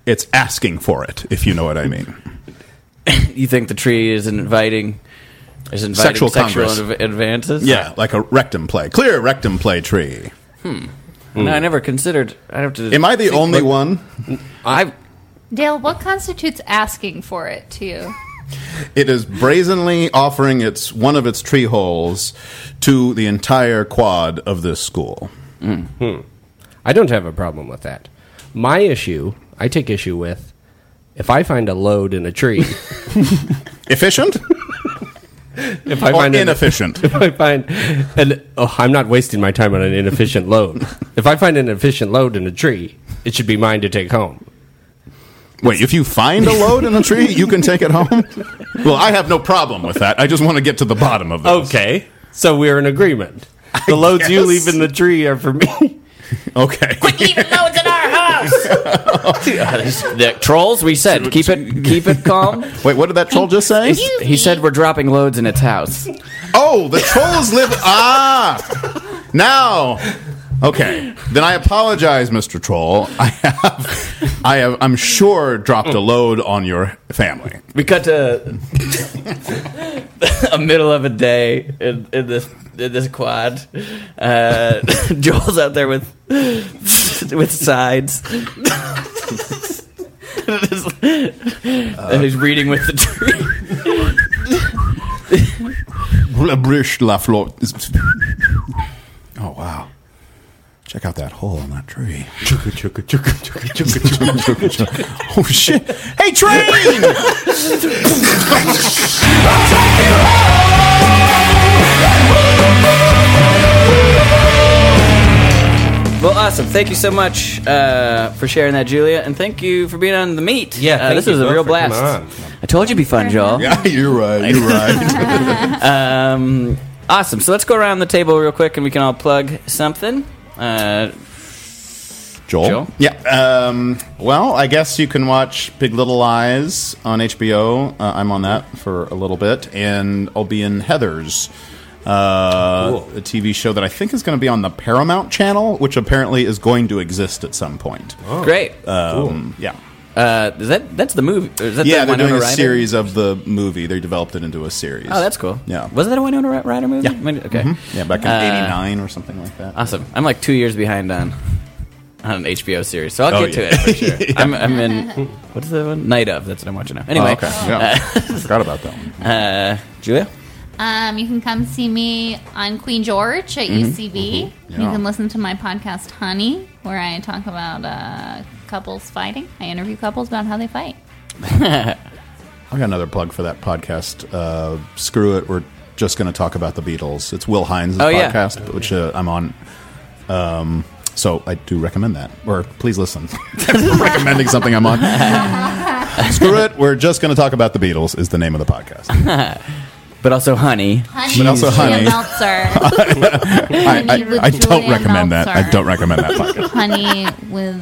it's asking for it, if you know what I mean.
you think the tree is inviting is inviting
Sexual
sexual,
congress.
adv- advances?
Yeah, like a rectum play, clear rectum play tree.
No, I never considered. I have to.
Am I the
think,
only
but
one?
I
Dale, what constitutes asking for it to you?
It is brazenly offering its one of its tree holes to the entire quad of this school.
I don't have a problem with that. My issue, I take issue with if I find a load in a tree.
Efficient
if
Oh,
I
or
find an-
inefficient?
if I find an oh, I'm not wasting my time on an inefficient load. If I find an efficient load in a tree, it should be mine to take home.
Wait, if you find a load in a tree, you can take it home? Well, I have no problem with that. I just want to get to the bottom of this.
Okay. So we're in agreement. The loads you leave in the tree are for me. Oh,
Okay.
the trolls. We said keep it keep it calm.
Wait, what did that troll just say?
He said we're dropping loads in its house.
Oh, the trolls live. Ah! Now! Okay. Then I apologize, Mr. Troll. I have, I have, I'm sure dropped a load on your family.
We cut to a middle of a day in, in this in this quad. Uh, Joel's out there with with sides. and he's reading with the tree.
brush la flor. Oh wow! Check out that hole on that tree. Chuka chuka chuka chuka chuka chuka chuka chuka. Oh shit! Hey
Well, awesome. Thank you so much uh, for sharing that, Julia, and thank you for being on the meet.
Yeah,
uh,
thank
this
you
was a
both
real
for coming
blast.
on.
I told you it'd be fun, Joel.
Yeah, you're right. You're right.
um, awesome. So let's go around the table real quick, and we can all plug something. Uh,
Joel.
Joel?
Yeah. Um, well, I guess you can watch Big Little Lies on HBO. Uh, I'm on that for a little bit, and I'll be in Heather's, uh, a TV show that I think is going to be on the Paramount Channel, which apparently is going to exist at some point.
Great.
Um, Yeah.
Uh, is that that's the movie? or Is that
yeah,
the
they're
Winona
doing a
Ryder?
series of the movie. They developed it into a series.
Oh, that's cool.
Yeah.
Wasn't that a Winona Ry- Ryder movie?
Yeah.
Maybe- Okay.
Mhm. Yeah, back in
Uh,
'89 or something like that.
Awesome. I'm like two years behind on on an HBO series, so I'll
Oh,
get to
yeah.
it for sure.
Yeah.
I'm, I'm in what's the one? Night of. That's what I'm watching now. Anyway,
Oh, okay. Yeah. forgot about that one.
Uh, Julia.
Um, you can come see me on Queen George at
Mhm,
UCB.
mhm,
You
yeah.
can listen to my podcast, Honey, where I talk about uh, couples fighting. I interview couples about how they fight.
I got another plug for that podcast. Uh, screw it, we're just going to talk about the Beatles. It's Will Hines'
Oh, yeah.
podcast, which uh, I'm on. Um, so I do recommend that, or please listen. I'm recommending something I'm on. screw it, we're just going to talk about the Beatles is the name of the podcast.
but also, honey.
Honey,
But also,
Julia
honey.
Meltzer.
I,
Honey
I,
with
I don't
Julia
recommend that. I
Meltzer.
don't recommend that podcast.
honey with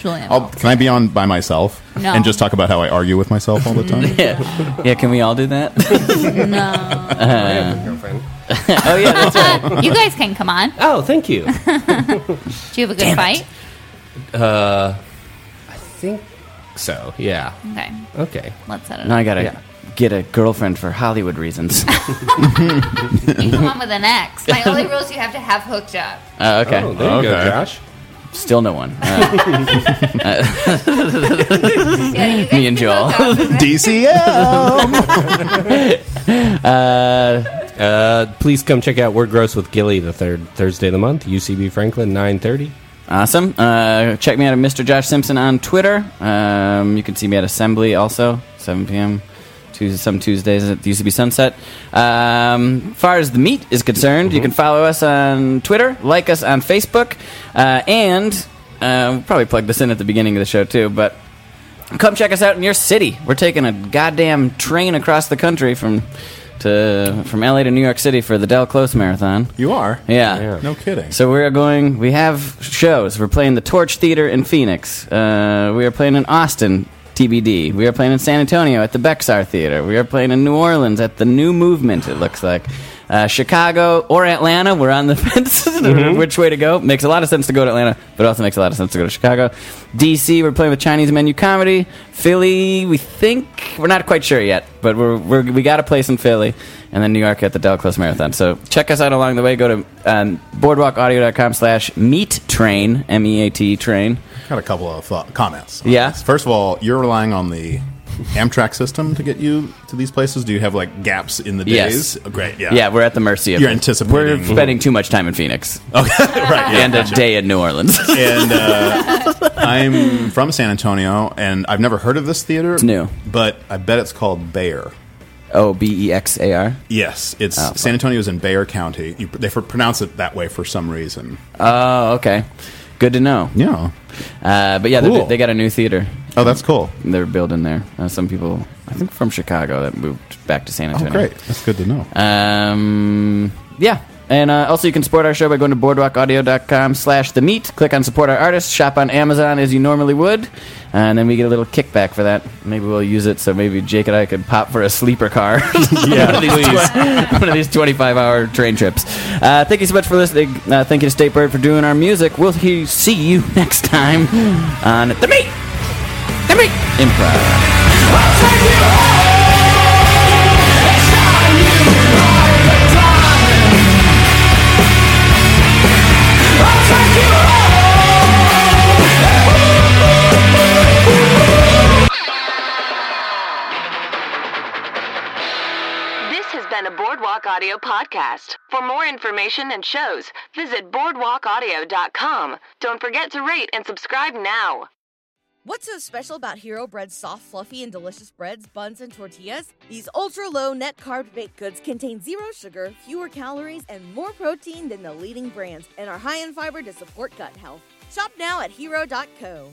Julia.
I'll, can I be on by myself
No.
and just talk about how I argue with myself all the time?
yeah. yeah, can we all do that?
No.
Uh,
girlfriend.
oh, yeah, that's right.
you guys can come on.
Oh, thank you.
Do you have a good fight?
Uh, I think so. Yeah.
Okay.
Okay.
Let's set it
Now I
up.
gotta
Yeah.
get a girlfriend for Hollywood reasons.
You come on with an ex. My only rule is you have to have hooked up.
Uh, okay.
Oh, there you go,
Okay.
Josh.
Still no one. Uh, uh,
Yeah, you guys
me and
can
Joel.
hook up.
DCM!
Uh, please come check out We're Gross with Gilly the third Thursday of the month, UCB Franklin, nine thirty.
Awesome. Uh, check me out at Mr. Josh Simpson on Twitter. Um, you can see me at Assembly also, 7 p.m. Tuesday, some Tuesdays at the UCB Sunset. Um, as far as the meet is concerned,
Mm-hmm.
you can follow us on Twitter, like us on Facebook, uh, and uh, we'll probably plug this in at the beginning of the show too, but come check us out in your city. We're taking a goddamn train across the country from to from LA to New York City for the Del Close Marathon.
you are?
yeah.
No kidding.
So we're going. We have shows. We're playing the Torch Theater in Phoenix. Uh, we are playing in Austin, TBD. We are playing in San Antonio at the Bexar Theater. We are playing in New Orleans at the New Movement. It looks like. Uh, Chicago or Atlanta, we're on the fence. Which way to go? Makes a lot of sense to go to Atlanta, but also makes a lot of sense to go to Chicago. DC, we're playing with Chinese Menu Comedy. Philly, we think we're not quite sure yet, but we're, we're we got a place in Philly, and then New York at the Del Close Marathon. So check us out along the way. Go to um, boardwalkaudio.com slash meat train, M E A T train.
Got a couple of thought, comments. on
Yeah?
this. First of all, you're relying on the Amtrak system to get you to these places. Do you have like gaps in the
Yes.
days? Oh, Great. Yeah.
Yeah. we're at the mercy of
You're
We're
anticipating.
spending too much time in Phoenix
okay. right. Yeah.
and uh, a day in New Orleans.
And uh, I'm from San Antonio, and I've never heard of this theater. It's
new.
but I bet it's called Bayer.
O B E X A R.
Yes, it's
Oh, fuck.
San Antonio's in Bayer County. You, they pronounce it that way for some reason.
Oh, okay. Good to know.
Yeah.
Uh, but yeah, they-
Cool.
they got a new theater.
Oh, that's cool.
they're building there. Uh, some people, I think, from Chicago that moved back to San
Oh,
Antonio.
great. That's good to know.
Um, yeah. And uh, also, you can support our show by going to boardwalkaudio.com slash the meet. Click on support our artists. Shop on Amazon as you normally would. and then we get a little kickback for that. Maybe we'll use it so maybe Jake and I could pop for a sleeper car. yeah, one, of these tw- one of these 25 hour train trips. Uh, thank you so much for listening. Uh, thank you to State Bird for doing our music. We'll he- see you next time on The Meet! The Meet! Improv.
This has been a Boardwalk Boardwalk Audio Podcast. For more information and shows, visit BoardwalkAudio.com. Don't forget to rate and subscribe now.
What's so special about Hero Bread's soft, fluffy, and delicious breads, buns, and tortillas? These ultra low net carb baked goods contain zero sugar, fewer calories, and more protein than the leading brands, and are high in fiber to support gut health. Shop now at hero.co.